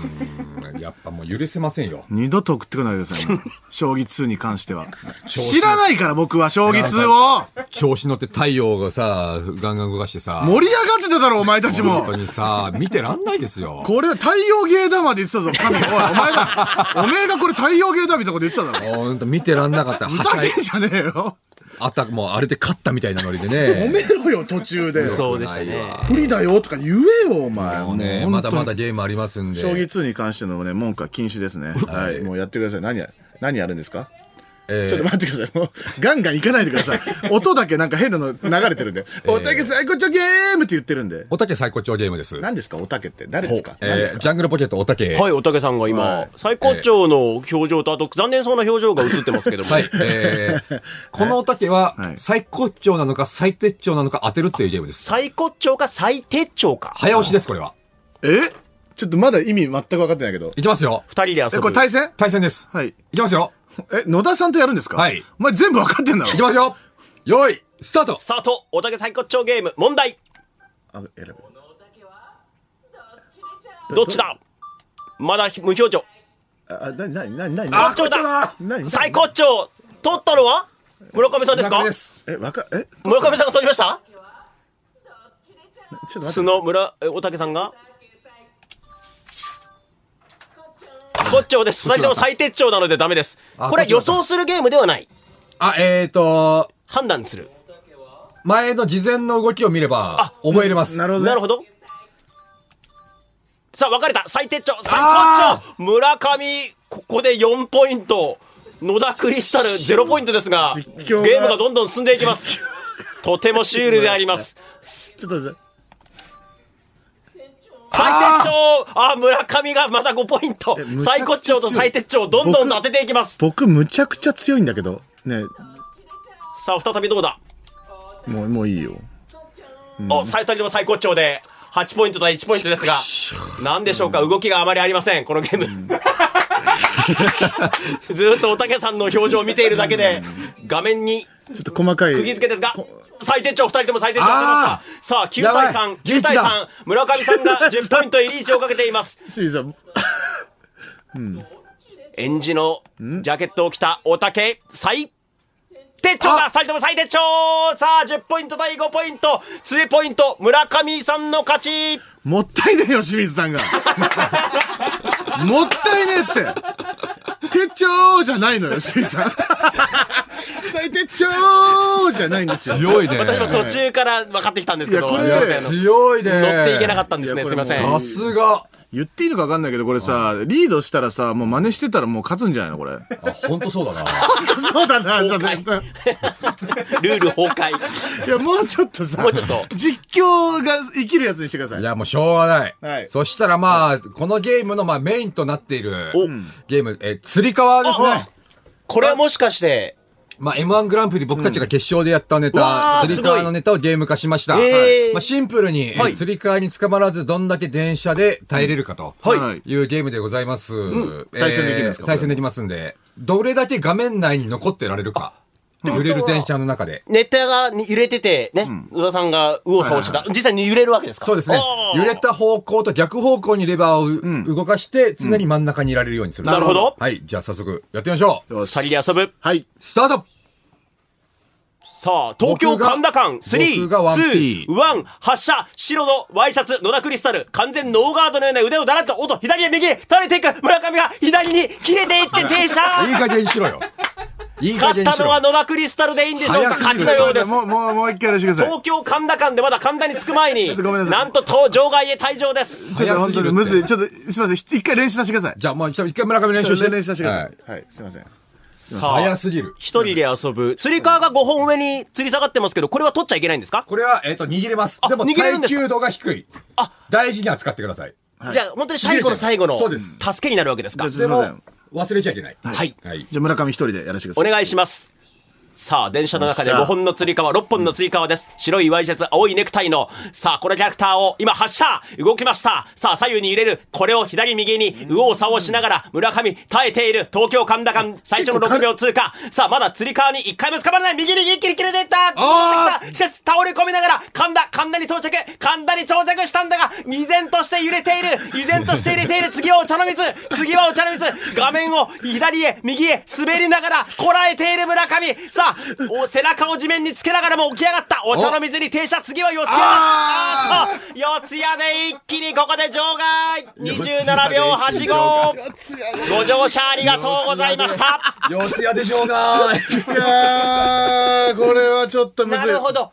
C: やっぱもう許せませんよ。
A: 二度と送ってこないでくださいね。将棋2に関しては。知らないから僕は将棋2を
C: 調子乗って太陽がさ、ガンガン動かしてさ、
A: 盛り上がってただろ、お前たち
C: 本
A: も
C: 当にさ、見てらんないですよ。
A: これは太陽芸だまで言ってたぞ、神。おい、お前が、お前がこれ太陽芸だみたいなこと言ってただろ。
C: ほんと見てらんなかった。
A: ふ
C: は
A: ざ
C: しゃい
A: けんじゃねえよ。
C: あたもうあれで勝ったみたいなノリで
A: 止め
C: ね。
A: ろよ、途中で。
D: そうでしたね。
A: 不利だよとか言えよ、お前。もう本
C: ね、
A: 当に
C: まだまだゲームありますんで。
A: 将棋2に関してのね、文句は禁止ですね。はい。もうやってください。何や、何やるんですか
C: えー
A: ちょっと待ってください。もう、ガンガン行かないでくだ さい。音だけなんか変なの流れてるんで。おたけ最高潮ゲームって言ってるんで。
C: おたけ最高潮ゲームです。
A: 何ですかおたけって。誰ですか
C: え
A: 何です
C: ー、
A: か
C: ジャングルポケットおたけ。
D: はい、おたけさんが今、
A: はい
D: 最高潮の表情と、あと残念そうな表情が映ってますけども。
C: はい。えー、このおたけは
A: はい
C: 最高潮なのか最低潮なのか当てるっていうゲームです。
D: 最高潮か最低潮か。
C: 早押しです、これは。
A: えちょっとまだ意味全く分かってないけど。
C: いきますよ。
D: 二人で遊ぶ。
A: え、これ対戦
C: 対戦です。
A: はい。
C: いきますよ。
A: え、野田さんとやるんですか
C: はい
A: お前全部分かってんだろ
C: いきますよ。よい、スタート
D: スタートおたけ最高潮ゲーム、問題
A: あ選ぶ
D: どっちだまだ無表情。
A: あ、なになになになに
D: あこっちだ
A: 何
D: 最高潮取ったのは村上さんです
C: 中
D: か
C: 身です。
A: え、わか、え
D: 村上さんが取りました
A: ちょっと待
D: 素
A: って。
D: の村、えおたけさんがあ高潮です。二人とも最低潮なのでダメです。
C: あ
D: これは予想するゲームではない。
C: あ、えーと、
D: 判断する。
C: 前の事前の動きを見れば、覚えれます。
A: なるほどね。
D: なるほど。さあ、分かれた。最低潮、最
C: あ
D: 高潮。村上、ここで4ポイント。野田クリスタル0ポイントですが、
A: 実況が
D: ゲームがどんどん進んでいきます。とてもシュールであります。
A: ちょっと待って。
D: 最低潮あー村上がまだ5ポイント
A: えむちゃくちゃ。
D: 最高潮と最低潮、どんどんと当てていきます。
A: 僕、むちゃくちゃ強いんだけど。ね、
D: さあ、再びどうだ、
A: もう、もういいよ。
D: お、最人でも最高潮で、8ポイント対1ポイントですが、なんでしょうか、動きがあまりありません、このゲー ム。ずーっとおたけさんの表情を見ているだけで、画面に
A: ちょっと細かい。
D: 釘付けですが、最低潮、2人とも最低潮当てま
C: あ
D: した。さあ、9対
C: やばい
D: 3、9対
C: リーチ
D: 3
C: だ、
D: 村上さ んが10ポイントへリーチをかけています。
A: 清水さん、
D: エンジのジャケットを着たおたけ、最低潮だ
C: あ
D: 二人とも最低潮さあ、10ポイント対5ポイント !2 ポイント村上さんの勝ち
A: もったいねえよ、清水さんが。 もったいねえって。手帳じゃないのよ、清水さん。最手帳じゃないんですよ。
C: 強 いね。
D: 私も途中から分かってきたんですけど、
A: いやこれ
D: すいませんあの
C: 強いね。
D: 乗っていけなかったんですね、
A: い
D: す
A: や
D: い
A: これも
D: ません。
C: さすが。
A: 言っていいのか分かんないけど、これさ、リードしたらさ、もう真似してたらもう勝つんじゃないのこれ。
C: あ、ほんとそう だな。
A: そうだな、ちょっ
D: 崩
A: と。
D: ルール崩壊。
A: いや、もうちょっとさ、
D: もうちょっと
A: 実況が生きるやつにしてください。
C: いや、もうしょうがない。
A: はい
C: そしたらまあ、このゲームのまあメインとなっている
D: お
C: ゲーム、えー、釣り革ですね。
D: これはもしかして、
C: まあ、M1 グランプリ僕たちが決勝でやったネ
D: うんうわ
C: タ、
D: ー
C: 釣り革のネタをゲーム化しました。
D: すごいへー
C: まあ、シンプルに、えー
D: はい
C: 釣り革に捕まらずどんだけ電車で耐えれるかと、
A: はい
C: い、うゲームでございます。えー
A: 対戦できるんですか
C: 対戦できますんで、どれだけ画面内に残ってられるか。揺れる電車の中で。
D: ネタが揺れてて、ね、宇田さんが右往左往してた。実際に揺れるわけですか
C: そうですね
D: お。ー
C: 揺れた方向と逆方向にレバーをう、動かして、常に真ん中にいられるようにする。
D: なるほど
C: はい。じゃあ早速、やってみましょう。
A: よし。
D: 二人で遊ぶ。
A: はい。
C: スタート
D: さあ、東京
C: 僕が
D: 神田間、3、
C: 僕が 1P
D: 2、1、発射、白のワイシャツ、野田クリスタル、完全ノーガードのような腕をだらっと、おっと、左へ右へ、垂れていく、村上が左に切れていって停車
C: いい加減にしろ よ。いい加
D: 勝
C: 減
D: っ
C: に
D: た
C: しろ
D: の。は野田クリスタルでいいんでしょう
C: 早
D: か
C: すぎる
D: 勝ちのようです。
A: もう、もう、もう一回やらせてください。
D: 東京神田間でまだ神田に着 く前に、
A: とごめんなさい
D: なんと東場外へ退場です。
A: ちょっと
C: 早す
A: 本
C: ぎる
A: 当
C: って
A: にむずい。ちょっと、すいません。ひ一回練習させてください。
C: じゃあもう一回一回村上練習して。
A: 練習させてくだ
C: は
A: さ
C: い
A: い。はい。すいません。
D: さ
C: 早
D: あ、
C: すぎる。
D: 一人で遊ぶ。釣り革が5本上に吊り下がってますけど、これは取っちゃいけないんですか
C: これは、えっと、握れます
D: あ。
C: でも、
D: 握れるん
C: 耐
D: ですか
C: 久度が低い。
D: あ
C: 大事に扱ってください。
D: じゃあ、本当に最後の最後の、
C: そうです
D: 助けになるわけですか
A: じゃ
C: です
A: いませ
C: も
A: ん、
C: 忘れちゃいけない。
D: はい。
C: はい。
A: じゃあ村上一人でやらせてくだ
D: お
A: さい。
D: 願いします。さあ、電車の中で
A: よっしゃ
D: 5本のつり革、6本のつり革です。白いワイシャツ、青いネクタイの、さあ、このキャラクターを、今発射動きましたさあ、左右に揺れる、これを左右に、右往左往しながら、村上、耐えている、東京神田間、最初の6秒通過。さあ、まだつり革に1回も捕まらない、右に一気に切れていった戻
C: あー
D: ってきたしかし、倒れ込みながら、神田、神田に到着神田に到着したんだが、依然として揺れている依然として揺れている次はお茶の水次はお茶の水画面を左へ、右へ、滑りながら、こらえている村上さあ、お背中を地面につけながらも起き上がったお茶の水に停車次は四ツ谷だあ
C: あ
D: ーっと四ツ谷で一気にここで場外 !27 秒85! ご乗車ありがとうございました
C: 四谷でしょうが
A: いやー、これはちょっとむずい。
D: なるほど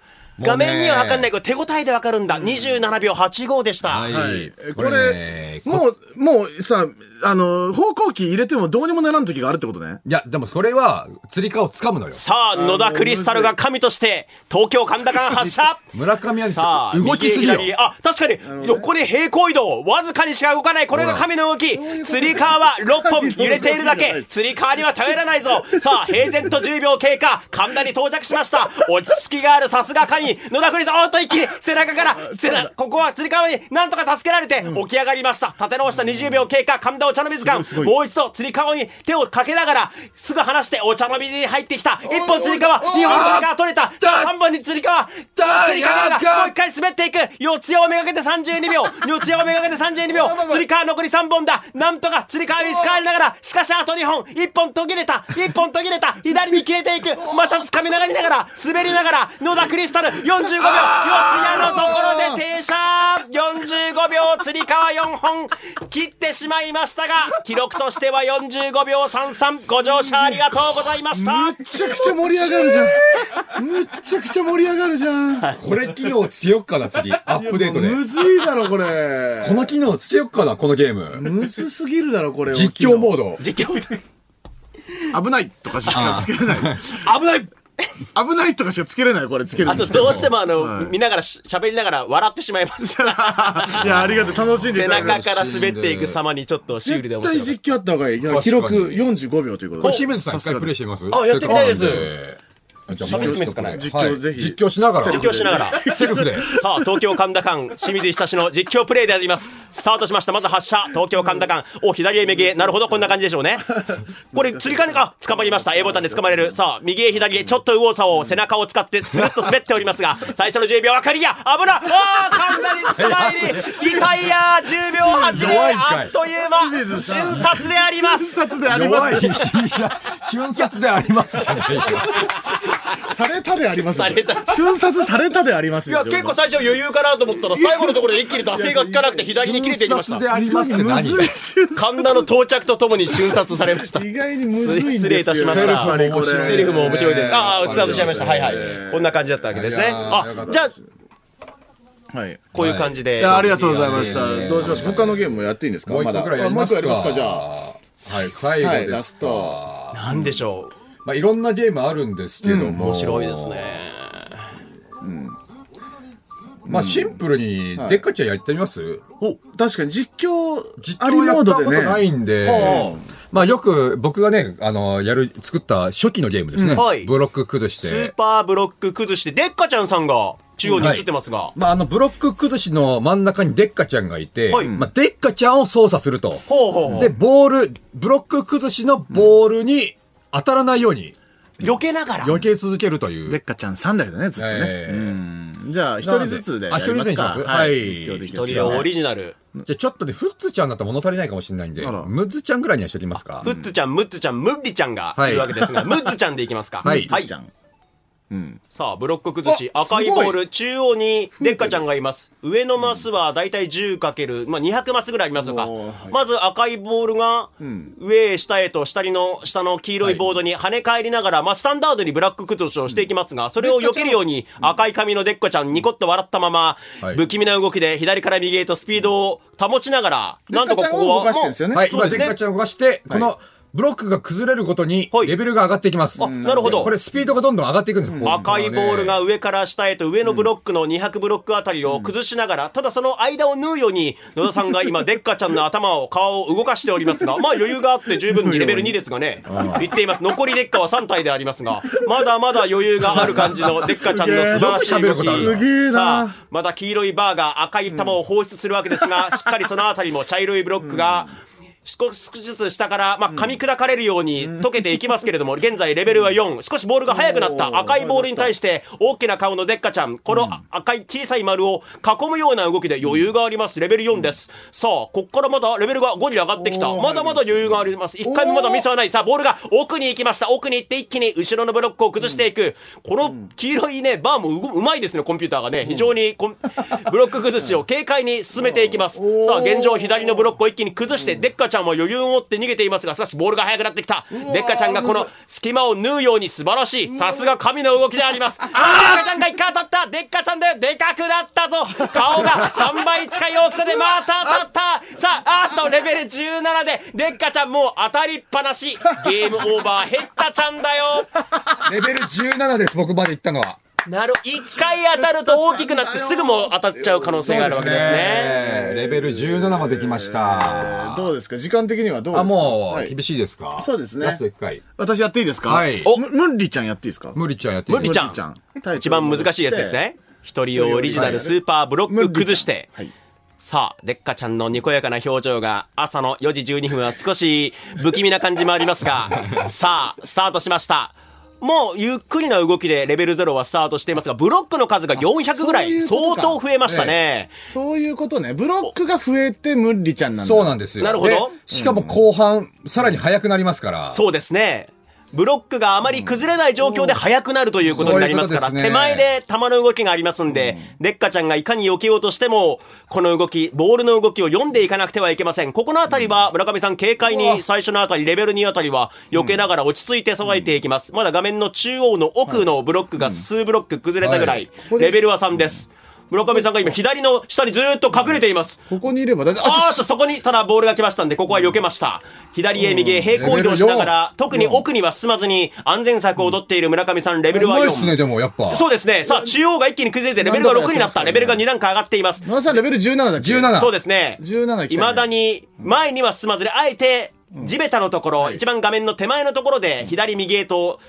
C: ね
D: 画面には分かんないけど、手応えで分かるんだ。27秒85でした。
C: はい。
A: はいこ
C: これ
A: れ
C: ね、こ
A: もう、もうさ、あの、方向機入れてもどうにもならん時があるってことね。
C: いや、でもそれは、釣り革を掴むのよ。
D: さあ、野田クリスタルが神として、東京神田間発射
C: 村上はねち
D: さあ、
C: ょ動きすぎよ。
D: 右へ左へあ、確かに、横に平行移動、わずかにしか動かない、これが神の動き。釣り革は6本揺れているだけ。釣り革には頼らないぞ。さあ、平然と10秒経過、神田に到着しました。落ち着きがある、さすが神。野田クリスタル、おっと一気に背中から、背中ここは釣り革になんとか助けられて、起き上がりました。立て直した20秒経過、神田お茶の水館
A: すご。いすごい
D: もう一度釣り革に手をかけながら、すぐ離してお茶の水に入ってきた。一本釣り革、二本釣り革取れた。さあ、三本に釣り革、釣り革がもう一回滑っていく四つ葉をめがけて32秒 四つ葉をめがけて32秒釣り革残り3本だなんとか釣り革に使われながらしかしあと2本1本途切れた1本途切れた左に切れていくまた掴みながりながら滑りながら野田クリスタル45秒四つ葉のところで停車45秒釣り革4本切ってしまいましたが記録としては45秒33ご乗車ありがとうございました
A: むっちゃくちゃ盛り上がるじゃん。むっちゃくちゃ盛り上がるじゃん。ア
C: これ機能強っかな、次。アップデートで。
A: むずいだろ、これ。
C: この機能強っかな、このゲーム。
A: むずすぎるだろ、これ。
C: 実況モード。
D: 実況み たい
A: 危ないとかしかつけれない。
C: 危ない
A: 危ないとかしかつけれない、これ、つける
D: あとどうして
A: も。
D: もあの、見ながらし喋りながら笑ってしまいます。
A: いや、ありがとう。楽しんでい
D: 背
A: ただ
D: 中
A: き
D: から滑っていく様にちょっとシュールで
A: 絶
D: 面白
A: 対
D: い。
A: 実況あった方がいい。記録45秒ということ
C: こ
A: で。
C: れ、清水さん一回プレイしてみます
D: あやってみたいです
C: あじゃあもう
D: 喋ってみますかね
A: 実況ぜひ
C: はい実況しながら。
D: 実況しながら。
C: セルフで。
D: さあ、東京神田間、清水久志の実況プレイであります。スタートしました。まず発射、東京神田間。お、左へ右へ。なるほど、こんな感じでしょうね。これ、釣り金か、あ捕まりました。A ボタンで捕まれる。さあ、右へ左へ、ちょっと右往左往、背中を使って、ずっと滑っておりますが、最初の10秒、あかりや、危な、ああ、神田に捕まえり、リタイヤ、10秒8で、
C: 弱いんかい
D: あっという間、瞬殺であります。
A: 冊でありま
C: 弱い
A: す。
C: 瞬殺でありますじゃないか
A: されたであります。
D: された
A: 瞬殺されたであります
D: い
A: です
D: や
A: よ。
D: 結構最初余裕かなと思ったら最後のところで一気に惰性が効かなくて左に切れていきまし
C: 瞬殺で
D: た
C: ありますって
A: む
C: 何
A: ずい瞬殺
D: 神田の到着とともに瞬殺されました
A: 意外にむず いんですよ。
D: 失礼いたしました
A: セルフあれこれ。
D: セリフも面白いですああスタートしちゃいましたはいはいこんな感じだったわけですね
C: いやーよか
D: あ
C: った
D: じゃあ
A: はい。
D: こういう感じ
A: い
D: で
A: や、ありがとうございまし
C: いやいやい
A: た。
C: や
A: どうします他のゲームもやっていいんですか
C: もう
A: ま
C: 一
A: だ。
C: 個くらいやります
A: あもう一個やりますか、じゃあ。
C: あ。はい、最後
A: はい
C: で
A: ラ
C: す
A: ス
C: か。
A: ト
D: なんでしょう
C: まあ、いろんなゲームあるんですけども。面
D: 面白いです。ね
C: まあ、シンプルに、でっかちはやってみます
A: お、確かに実況、
C: 実
A: あり
C: 況や
A: モー
C: ったこ
A: ドで
C: と
A: ね。
C: ないんで
D: は、
C: まあ、よく僕がね、あの、やる、作った初期のゲームですね。
D: うんはい
C: ブロック崩し
D: スー
C: て。
D: パーブロック崩してでっかちゃんさんが中央に映ってますが
C: まあ、あの、ブロック崩しの真ん中にデッカちゃんがいて、
D: はい
C: まあ、デッカちゃんを操作すると。
D: ほうほうほう
C: で、ボール、ブロック崩しのボールに当たらないように、
D: 避けながら
C: 避け続けるという。
A: でっかちゃん3台だね、ずっとね。
C: えー
A: じゃあ、一人ずつでやりますか
C: あ一人ずつにします。
A: は。
C: はいい
A: 実況でき
D: 一
A: ます
D: 人
A: よ
D: の
A: ね
D: オリジナル
C: じゃあちょっとね、フッツちゃんだと物足りないかもしれないんで、
A: あら
C: ムッズちゃんぐらいにはしておきますか。
D: ムッツちゃんムッツちゃんムッビちゃんがいるわけですが
C: はい
D: ムッツちゃんでいきますか
C: はい
A: はいじゃん。
D: さあ、ブロック崩し、
C: あ
D: 赤いボー
C: すご
D: ル、中央にデッカちゃんがいます。上のマスはだいたい 10× まあ200マスぐらいありますか
A: おーは。い
D: まず赤いボールが、上へ下へと下にの、下の黄色いボードに跳ね返りながら、まあスタンダードにブラック崩しをしていきますが、それを避けるように赤い髪のデッカちゃんニコッと笑ったまま
C: はい、
D: 不気味な動きで左から右へとスピードを保ちながら、なんとかこ
A: デッカちゃんを動かし
D: こ
A: てるん
D: は
A: ですよ、ね
C: はい、
D: そう
C: 今、
D: です
C: デ
D: ね
C: ッカちゃんを動かして、このブロックが崩れるごとに
D: は、い
C: レベルが上がっていきます。
D: あなるほど
C: これ、スピードがどんどん上がっていくんですこう
D: 赤いボールが上から下へと上のブロックの200ブロックあたりを崩しながら、ただその間を縫うように野田さんが今デッカちゃんの頭を顔を動かしておりま すがまあ余裕があって十分にレベル2ですがね言っています残りデッカは3体でありますがまだまだ余裕がある感じのデッカちゃんの素晴らしい動き
C: すげえ
A: すげえな
D: さあまだ黄色いバーが赤い球を放出するわけですが、しっかりそのあたりも茶色いブロックが、少しずつ下から、まあ、噛み砕かれるように溶けていきますけ れども、現在レベルは4。少しボールが速くなっ
A: お
D: た
A: ー
D: 赤いボールに対して、大きな顔のデッカちゃん、この赤い小さい丸を囲むような動きで余裕があります。レベル4です。さあ、こっからまだレベルが5に上がってきた。
A: おー
D: まだまだ余裕があります。一回もまだミスはない。さあ、ボールが奥に行きました。奥に行って一気に後ろのブロックを崩していく。この黄色いね、バーもうごうまいですね、コンピューターがね。非常にこんブロック崩しを軽快に進めていきます。さあ、現状左のブロックを一気に崩して、デッカちゃんも余裕を持って逃げていますが、しかしボールが速くなってきた。デッカちゃんがこの隙間を縫うように素晴らしい。さすが神の動きであります。デッカちゃんが一回当たったデッカちゃんだよでかくなったぞ顔が3倍近い大きさでまた当たったさあ、あとレベル17で、デッカちゃんもう当たりっぱなし。ゲームオーバーヘッタちゃんだ よ
E: レベル17です、僕まで行ったのは。
D: なる、一回当たると大きくなってすぐもう当たっちゃう可能性があるわけですね。
C: レベル17まで来ました。
A: どうですか時間的にはどうですか
C: あ、も
A: は
C: う、
A: い
C: 厳しいですか、
A: そうですね
C: ラスト1回。
A: 私やっていいですか
C: はい
A: お、むムンリちゃんやっていいですか
C: 無理ちゃんやっていい
D: 無理ちゃん
A: ムンリちゃん。
D: 一番難しいやつですね。一人用オリジナルスーパーブロッ
A: ムンリちゃ
D: ク
A: ん。
D: 崩して。
A: はい。
D: さあ、デッカちゃんのにこやかな表情が朝の4時12分は少し不気味な感じもありま すが、さあ、スタートしました。もうゆっくりな動きでレベル0はスタートしていますが、ブロックの数が400ぐら
A: そうい
D: い、
A: うこと
D: 相
A: か
D: 当増えましたね。
A: そういうことね。ブロックが増えてムンリちゃんなんだ。
E: そうなんですよ。
D: なるほど
E: でしかも後半、さらに速くなりますから。
D: そうですね。ブロックがあまり崩れない状況で速くなるということになりますから、
E: そういうことですね
D: 手前で球の動きがありますんで、デッカちゃんがいかに避けようとしても、この動き、ボールの動きを読んでいかなくてはいけません。ここのあたりは、村上さん軽快に最初のあたり、レベル2あたりは避けながら落ち着いてさばいていきます。まだ画面の中央の奥のブロックが数ブロック崩れたぐらい、レベルは3です。村上さんが今左の下にずーっと隠れています。
A: ここにいれば大丈夫。
D: あーっと、そこに、ただボールが来ましたんで、ここは避けました。左へ右へ平行移動しながら、特に奥には進まずに、安全策を取っている村上さん、レベル
E: う
D: は
E: まいっすね、
D: 4。
E: でも、やっぱ。
D: そうですね。さあ、中央が一気に崩れて、レベルが6になった。レベルが2段階上がっています。
A: 野田さんレベル17だっけ
E: 17
D: そうですね。
A: 17
D: いまだに、前には進まずに、あえて、地べたのところ、一番画面の手前のところで、左右へと、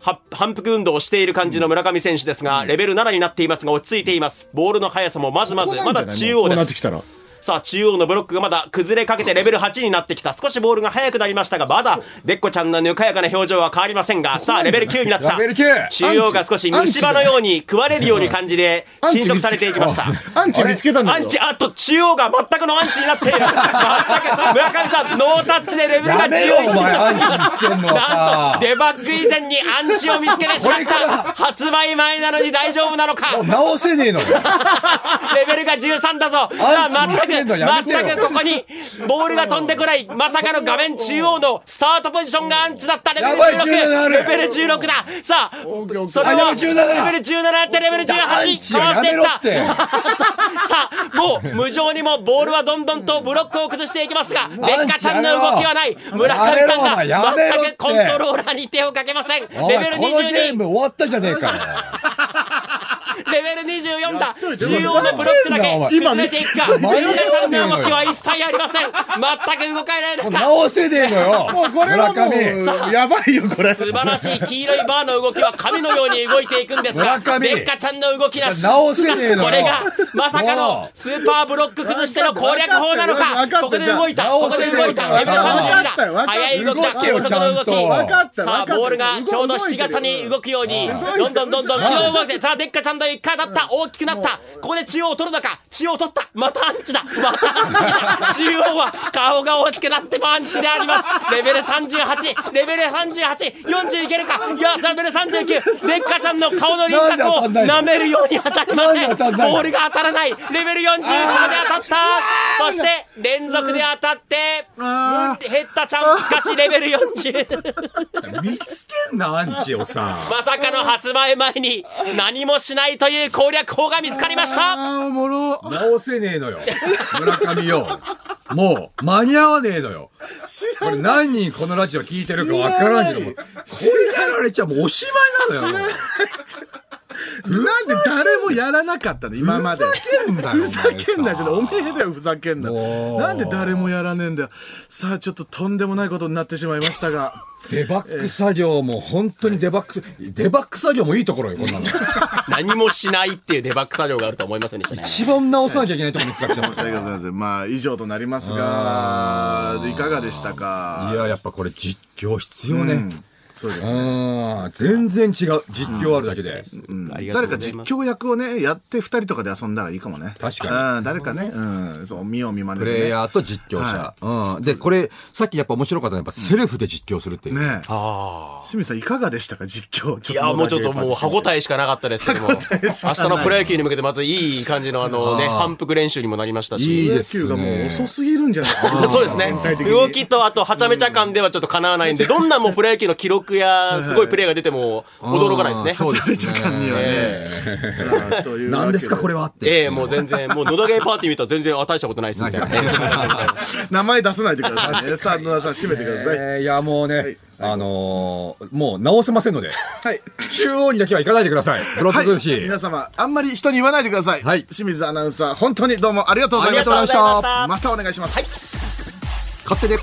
D: は反復運動をしている感じの村上選手ですが、レベル7になっていますが、落ち着いています。ボールの速さもまずま
A: ここ
D: ず、
A: なんじゃ
D: ま
A: ない
D: だ中央
A: もうこう
D: で
A: な
D: す
A: って。きた ら。
D: さあ、中央のブロックがまだ崩れかけてレベル8になってきた。少しボールが速くなりましたが、まだ、でっこちゃんのぬかやかな表情は変わりませんが、さあ、レベル9になった。
E: レベル 9!
D: 中央が少し虫歯のように食われるように感じで、
A: アンチ
D: 侵食されていきました。
A: アンチ見つけたんだ
D: ア
A: けど
D: ンチ、あっと、中央が全くのアンチになっている。全く、村上さん、ノータッチでレベルが
E: や
D: 11
E: めろ、お
D: に
E: 前、
D: な
E: ア
D: っ
E: ン
D: て
E: チ見せんのは
D: なん
E: さ
D: と、。デバッグ以前にアンチを見つけてしまっ
E: これから
D: た。発売前なのに大丈夫なのか
E: もう直せねえのか。
D: レベルが13だぞさあ、
E: アンチ見
D: 全
E: せんのやめ
D: く、
E: てよ
D: 全くここに、ボールが飛んでこない、まさかの画面中央のスタートポジションがアンチだった、レベ
E: や
D: ル
E: ばい17あ
D: 16、
E: る
D: レベル16ださあ、それを、
E: あレベル17
D: レベル17あって、レベル18、
E: ア
D: 回
E: ン
D: し
E: チをや
D: て
E: め
D: い
E: ろ
D: っ
E: ったて。
D: さあ、もう、無情にもボールはどんどんとブロックを崩していきますが、デッカちゃんの動きはない、村上さんが
E: やめろって
D: 全くコントローラーに手をかけません。レ
E: お
D: ベ
E: い、
D: ル
E: このゲー
D: 22、
E: ム終わったじゃねえかよ。
D: レベル24だ中央のブロックだけ
E: やっといて
D: 崩れていくか
E: 今見
D: デ
E: つけ
D: ッカちゃんの動き
E: 迷
D: は一切ありません全く動かな いのか
E: 直せねえのよ。
A: もうこれはも
E: 村上。
A: う、やばいよ、これ。
D: 素晴らしい黄色いバーの動きは紙のように動いていくんですが
E: 村上
D: デッカちゃんの動きなし
E: 直せねえのよ
D: これがまさかの
E: も
D: スーパーブロック崩しての攻略法なのか
A: 分かった
D: ここで動いたこ
E: 直
D: こ
E: せ
D: で
E: ねえ
D: 動いた
E: 分
D: レベ
E: かっ
D: ル
E: た
D: 30だ
A: 分かった
D: 速い動きだ
E: 動けよ
D: 高速の動き
E: ちゃんと
A: 分かった、分
D: さあ、
A: かった
D: ボールがちょうど7月に動くように、どんどんどんどん中央を動いて、さあ、デッカちゃんだ、一回当たった、大きくなった、ここで中央を取るのか、中央を取った、またアンチだ、またアンチだ、中央は顔が大きくなってもアンチであります。レベル38、レベル38、40いけるか、いや、レベル39、デッカちゃんの顔の輪
E: なんで
D: 郭
E: 当
D: を
E: たんないの
D: 舐めるように当たりません。
E: なんで当たんないの
D: ボールが当たらない、レベル45で当たった、そして連続で当たって、ヘッタちゃん、しかしレベル40。
C: 見つけんな、アンチをさ。
D: まさかの発売前に何もしないという攻略法が見つかりました
A: あー、おもろ。
E: 直せねえのよ。村上よ。もう、間に合わねえのよ。これ何人このラジオ聞いてるかわからんけども、これやられちゃもうおしまいなのよ。もう
A: なんで誰もやらなかったの、今まで。ふざけんなじゃない。おめえだよ、ふざけんな。
E: もう
A: なんで誰もやらねえんだよ。さあ、ちょっととんでもないことになってしまいましたが。
E: デバッグ作業も本当にデバッグ、デバッグ作業もいいところよ、こんなの。
D: 何もしないっていうデバッグ作業があるとは思いませんでしたね
E: 一番直さなきゃいけないとこ見つかっちゃいました
A: ありがとうございます。まあ、以上となりますが、いかがでしたか
C: いや、やっぱこれ実況必要ね。
A: そうですね。
E: うん全然違う。実況あるだけで。
D: ありがと
A: 誰
D: うご
A: か
D: ざい
A: 実
D: ます。
A: 況役をね、やって二人とかで遊んだらいいかもね。
E: 確か
A: かに。誰かね、うん、そう、見よう見まね
C: プ
A: でね。
C: レイヤーと実況者。うん。で、これ、さっきやっぱ面白かったのは、やっぱセルフで実況するっていう。
A: ねえ。
D: あ
A: 清水さん、いかがでしたか実況。ち
D: あ。いや、もうちょっともう歯応
A: え。
D: えしかなかったですけども。明日のプロ野球に向けてまずいい感じのあのね、
C: あー
D: 反復練習にもなりました
C: い
D: し。
C: い
A: プロ
C: で
A: 野球
C: す
A: がもう
C: ね。
A: 遅すぎるんじゃないですか。
D: そうですね
A: 全体。的に
D: 動きと、あと、はちゃめちゃ感ではちょっとかなわないんで、どんなもうプロ野球の記録や、すごいプレーが出ても、驚かないですね。
C: うんそうですね。
A: ちゃめちゃ感にはね
D: ええ
A: さあというわけ
E: 何ですか、これはって。
D: ええ、もう全然、もう野田ゲーパーティー見たら全然、あ、大したことないですみたいな。
A: 名前出さないでくださ いね。さあ、野田さん、締めてください。
E: えーいや、もうね、あのー、もう直せませんので、
A: はい。
E: 中央にだけは行かないでください。ブロック
A: は
E: 来る
A: い。
E: し。
A: 皆様、あんまり人に言わないでください。
E: はい
A: 清水アナウンサー、本当にどうもありがとうございました。
D: ありがとうございました
A: またお願いします。
C: 勝手で。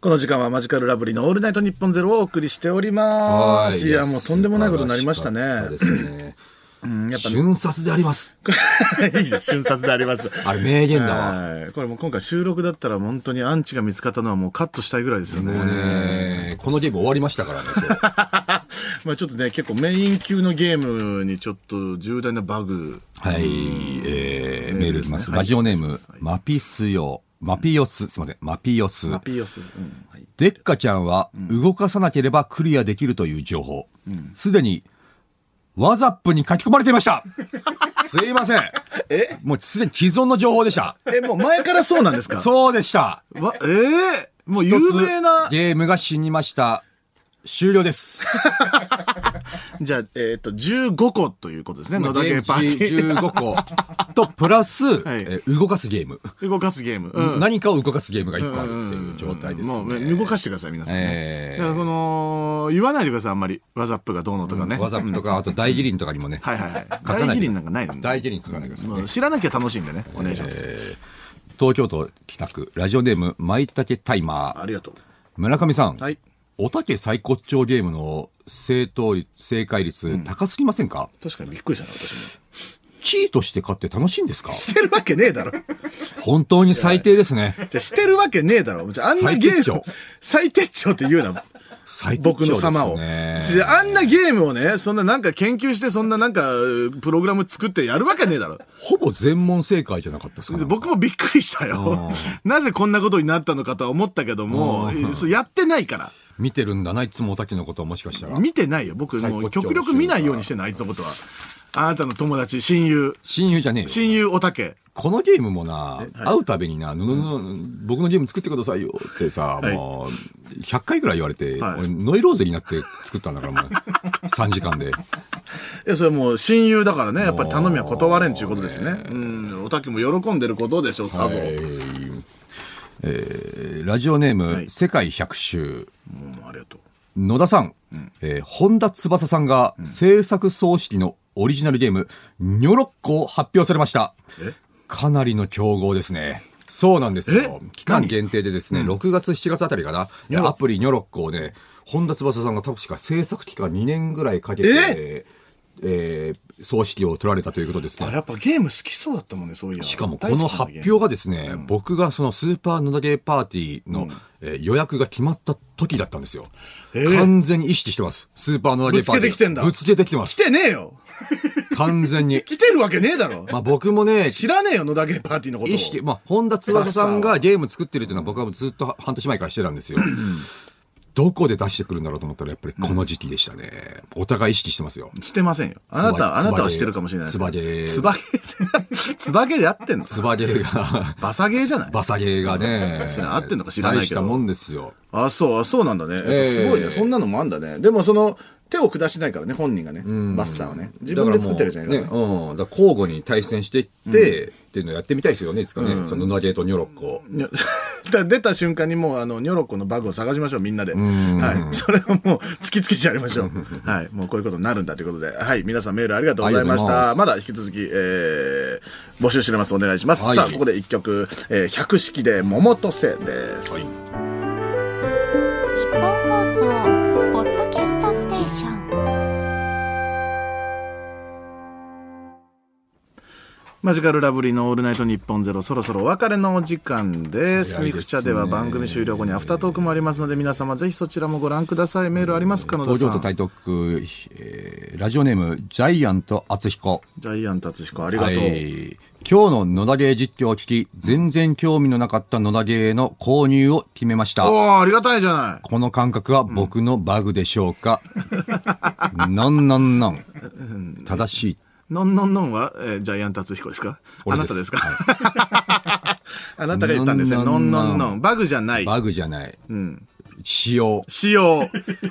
A: この時間はマジカルラブリーのオールナイトニッポンゼロをお送りしております。いや、もうとんでもないことになりましたね。
C: 素晴らしかったですね
A: うんやっぱね、
C: 瞬殺であります。
A: いい です瞬殺であります。
C: あれ、名言だわ。
A: はい。これもう今回収録だったら本当にアンチが見つかったのはもうカットしたいぐらいですよね。
C: えーこのゲーム終わりましたからね。今日
A: まあちょっとね、結構メイン級のゲームにちょっと重大なバグ。
C: はい。えーメールいきます。
A: はい
C: ラジオネー
A: は
C: ム
A: い、
C: マピスヨ。マピヨス、すいません。マピヨス。
A: ピーオス。うん。はい。
C: デッカちゃんは動かさなければクリアできるという情報。すでに、ワザップに書き込まれていました。 すいません。えもうすでに既存の情報でした。
A: え、もう前から そうなんですか
C: そうでした。
A: わ、ええもう有名な
C: 一つ。ゲームが死にました。終了 です。
A: じゃあ、えっ、と、15個ということですね。野田ゲーパーティー。
C: ゲーム15個と、プラス、
A: い
C: えー動かすゲーム、
A: 動かすゲーム。うん
C: 何かを動かすゲームが1個あるっていう状態ですね。
A: もうね動かしてください、皆さんね。
C: えー
A: だからこの、言わないでください、あんまり。ワザップがどうのとかね。
C: ワザップとか、あと大義林とかにもね。
A: はいはいはい。
C: 書かな
A: 大
C: い
A: 義林なんかないですね。
C: 大義林書かないでくださいね
A: もう知らなきゃ楽しいんでね。お願いします。
C: 東京都北区、ラジオネーム、まいたけタイマー。
A: ありがとう。
C: 村上さん。
A: はい。
C: おたけ最骨頂ゲームの正当率、正解率高すぎませんか、
A: 確かにびっくりしたな、私も。
C: キーとして買って楽しいんです か
A: してるわけねえだろ。
C: 本当に最低ですね。
A: じゃあしてるわけねえだろ。じゃああんなゲー
C: 最低
A: ム
C: 調、
A: 最低調って言うな。
C: 最低
A: 僕の様を。
C: ね
A: じゃああんなゲームをね、そんななんか研究して、そんななんか、プログラム作ってやるわけねえだろ。
C: ほぼ全問正解じゃなかったですか、ね、
A: 僕もびっくりしたよ。 なぜこんなことになったのかとは思ったけども、そうやってないか
C: 見てるんだな、いつもおたけのことをもしかした
A: ら。
C: ら。
A: 見てないよ。僕、
C: 最
A: も
C: 高
A: う
C: 潮
A: 極力見ないようにしてんの、あいつのことは。あなたの友達、親友、
C: 親友じゃねえよ。
A: 親友おたけ。
C: このゲームもな、会うたびにな、ぬぬぬ僕のゲーム作ってくださいよってさ、
A: い
C: もう、100回ぐらい言われて、
A: はい
C: 俺ノイローゼになって作ったんだから、 もう、3時間で。
A: いや、それもう親友だからね、やっぱり頼みは断れんちゅうことですよね。うん、おたけも喜んでることでしょう、さぞ。
C: えーラジオネーム、
A: はい
C: 世界百周。
A: うんありがとう。
C: 野田さん、えー本田翼さんが制作総指揮のオリジナルゲーム、ニョロッコを発表されました。かなりの競合ですね。そうなんですよ
A: え。
C: 期間限定でですね、6月、7月あたりかな、アプリニョロッコをね、本田翼さんが確か制作期間2年ぐらいかけて、えー、総指揮を取られたということです
A: あ、
C: ね。
A: やっぱゲーム好きそうだったもんね、そういや。
C: しかもこの発表がですね、僕がそのスーパー野田ゲーパーティーの、えー予約が決まった時だったんですよ。
A: えー
C: 完全に意識してます。スーパー野田ゲーパーティー。
A: ぶつけてきてんだ
C: ぶつけてきてま
A: 来
C: す。
A: てねえよ
C: 完全 に。
A: 来てるわけねえだろ
C: まあ僕もね、
A: 知らねえよ、野田ゲーパーティーのことを。
C: 意識、まあ本田翼さんがゲーム作ってるっていうのは僕はずっと半年前からしてたんですよ。どこで出してくるんだろうと思ったらやっぱりこの時期でしたね。お互い意識してますよ。
A: してませんよ。あなた、あ
C: つば
A: なたはしてるかもしれないです。
C: つばげ
A: つばげ、つばげで合ってんの
C: つばゲーが、
A: バサゲーじゃない
C: バサゲーがね
A: 知ら。ん合ってんのか知らないけど
C: 大したもんですよ。
A: あ、そう、あそうなんだね。やっぱすごいね、
C: ええ
A: そんなのもあんだね。でもその、手を下しないからね、本人がね。バッサーはね。自分で作ってるじゃないか
C: だからもうね。うん。だから交互に対戦していって、っていうのをやってみたいですよね、いつかね。そのナゲーとニョロッコ。
A: にょだから 出た瞬間にもう、あの、ニョロッコのバグを探しましょう、みんなで。はい。それをもう、突きつけてやりましょう。はい。もうこういうことになるんだということで。はい。皆さんメールありがとうございまし
C: あ
A: た。
C: りがとうございます
A: まだ引き続き、えー、募集しております。お願いします。
C: はい
A: さあ、ここで一曲、えー、百式で桃とせです。
B: 日本放送ポッドキャストステーション
A: マジカルラブリーのオールナイトニッポンゼロ、そろそろお別れのお時間です。
E: 早いですね
A: ミクチャでは番組終了後にアフタートークもありますので、皆様ぜひそちらもご覧ください。メールありますか野
C: 東
A: 田さ
C: 京都
A: ん。
C: 台東区、えーラジオネーム、ジャイアント厚彦。
A: ジャイアン達彦、ありが
C: は
A: とう。
C: い。今日の野田芸実況を聞き、全然興味のなかった野田芸の購入を決めました。
A: おー、ありがたいじゃない。
C: この感覚は僕のバグでしょうか、なんなんなん。正しい。
A: のんのんのんは、えージャイアン達彦ですかあ
C: 俺
A: な
C: です
A: たですか、 あなたが言ったんですね。の
C: の
A: ん
C: んの
A: の
C: んのん
A: んのん。バグじゃない。
C: バグじゃない。使用。
A: しよ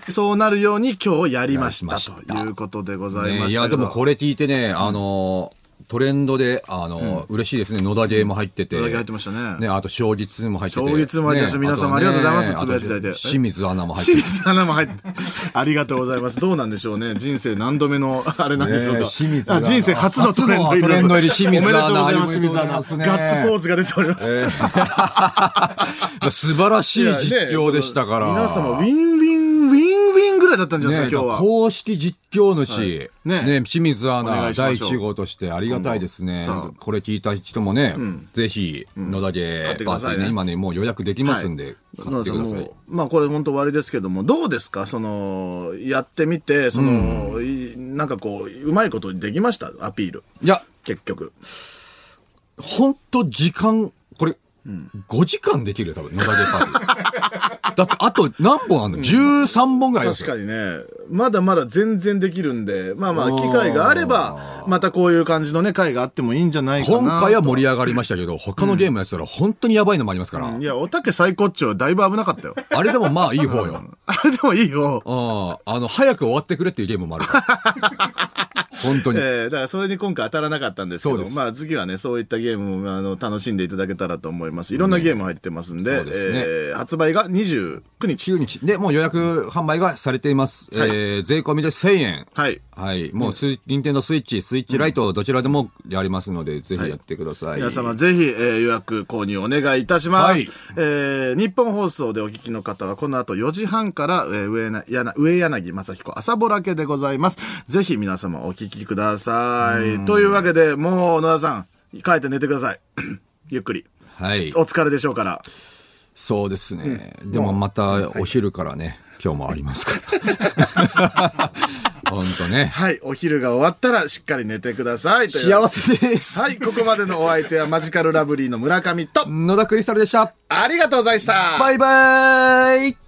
A: う。そうなるように今日やりました
C: やりました
A: ということでござい
C: ね
A: ましたけど。
C: いや、でもこれ聞いてね、あのー、トレンドで、あのー、嬉しいですね。野田芸も入ってて。
A: 野田芸入ってましたね
C: ね、あと、将棋2も入ってて。
A: 将棋通も入ってました
C: ね
A: 皆様
C: とね
A: ありがとうございますつぶやいていただいて
C: あと清水アナも入って
A: 清
C: て。
A: 水アナも入って、ありがとうございます。どうなんでしょうね。人生何度目の、あれなんでしょうか。
C: ねえ清水
A: あ人生初のトレンド入りです。
C: 初のトレンド入り清水アナ
A: おめでとうございます、
C: あ
A: 清
C: りが
A: 水アナ。
C: とうござい
A: ガ
C: ますね
A: ッツポーズが出ております。
C: えー 素晴らしい実況でしたから。
A: 皆様、ウィンウィン、ウィンウィンぐらいだったんじゃない
C: ね
A: ですか、今日は。
C: 公式実況主、
A: はいね
C: ね清水ア
A: お願
C: ナ
A: いしま
C: 第
A: しょう
C: 1号としてありがたいですね
A: 今度さあ。
C: これ聞いた人もね、ぜひ、野
A: 買
C: 田
A: っ
C: で
A: てくだ
C: バ
A: さ
C: ー
A: いね
C: ティーね、今ね、もう予約できますん
A: は
C: で
A: い、
C: 買ってくださ
A: 野田
C: い
A: も。うまあこれ本当終わりですけども、どうですかその、やってみて、その、いなんかこう、うまいことできましたアピール。
C: いや、
A: 結局。
C: ほんと時間、これ、5時間できるよ、多分、野田で パーティーだって、あと何本あんの ?13 本ぐらいです
A: 確
C: よ
A: かにね、まだまだ全然できるんで、まあまあ、
C: あー
A: 機会があれば、またこういう感じのね、会があってもいいんじゃないかな。
C: 今回は盛り上がりましたけど、他のゲームやってたら本当にやばいのもありますから。
A: いや、おたけ最高潮、だいぶ危なかったよ。
C: あれでもまあいい方よ。
A: あれでもいいよ。
C: ああ、あの、早く終わってくれっていうゲームもあ るから。本当に。
A: えーだからそれに今回当たらなかったんですけ
C: そう
A: ど、
C: です
A: まあ次はね、そういったゲームをあの楽しんでいただけたらと思います。いろんなゲーム入ってますんで、
C: そうですね
A: えー発売が29日。
C: 9日。で、もう予約販売がされています。
A: はい
C: えー税込みで1000円。
A: はい。
C: はい。もうスイ、任天堂スイッチ、スイッチライト、どちらでもやりますので、ぜひやってください。
A: 皆様ぜひ、えー予約購入お願いいたします。
C: はい
A: えー日本放送でお聞きの方は、この後4時半から、えー上な柳上柳正彦朝ぼら家でございます。ぜひ皆様お聞きください。というわけで、もう野田さん、帰って寝てください。 ゆっくり。
C: はい。
A: お疲れでしょうから。
C: そうですね。でもまた、お昼からね、今日もあります から。本当ね。
A: はい、お昼が終わったらしっかり寝てください。という
C: 幸せです。
A: はい、ここまでのお相手はマジカルラブリーの村上と、
C: 野田クリスタルでした。
A: ありがとうございました。
C: バイバーイ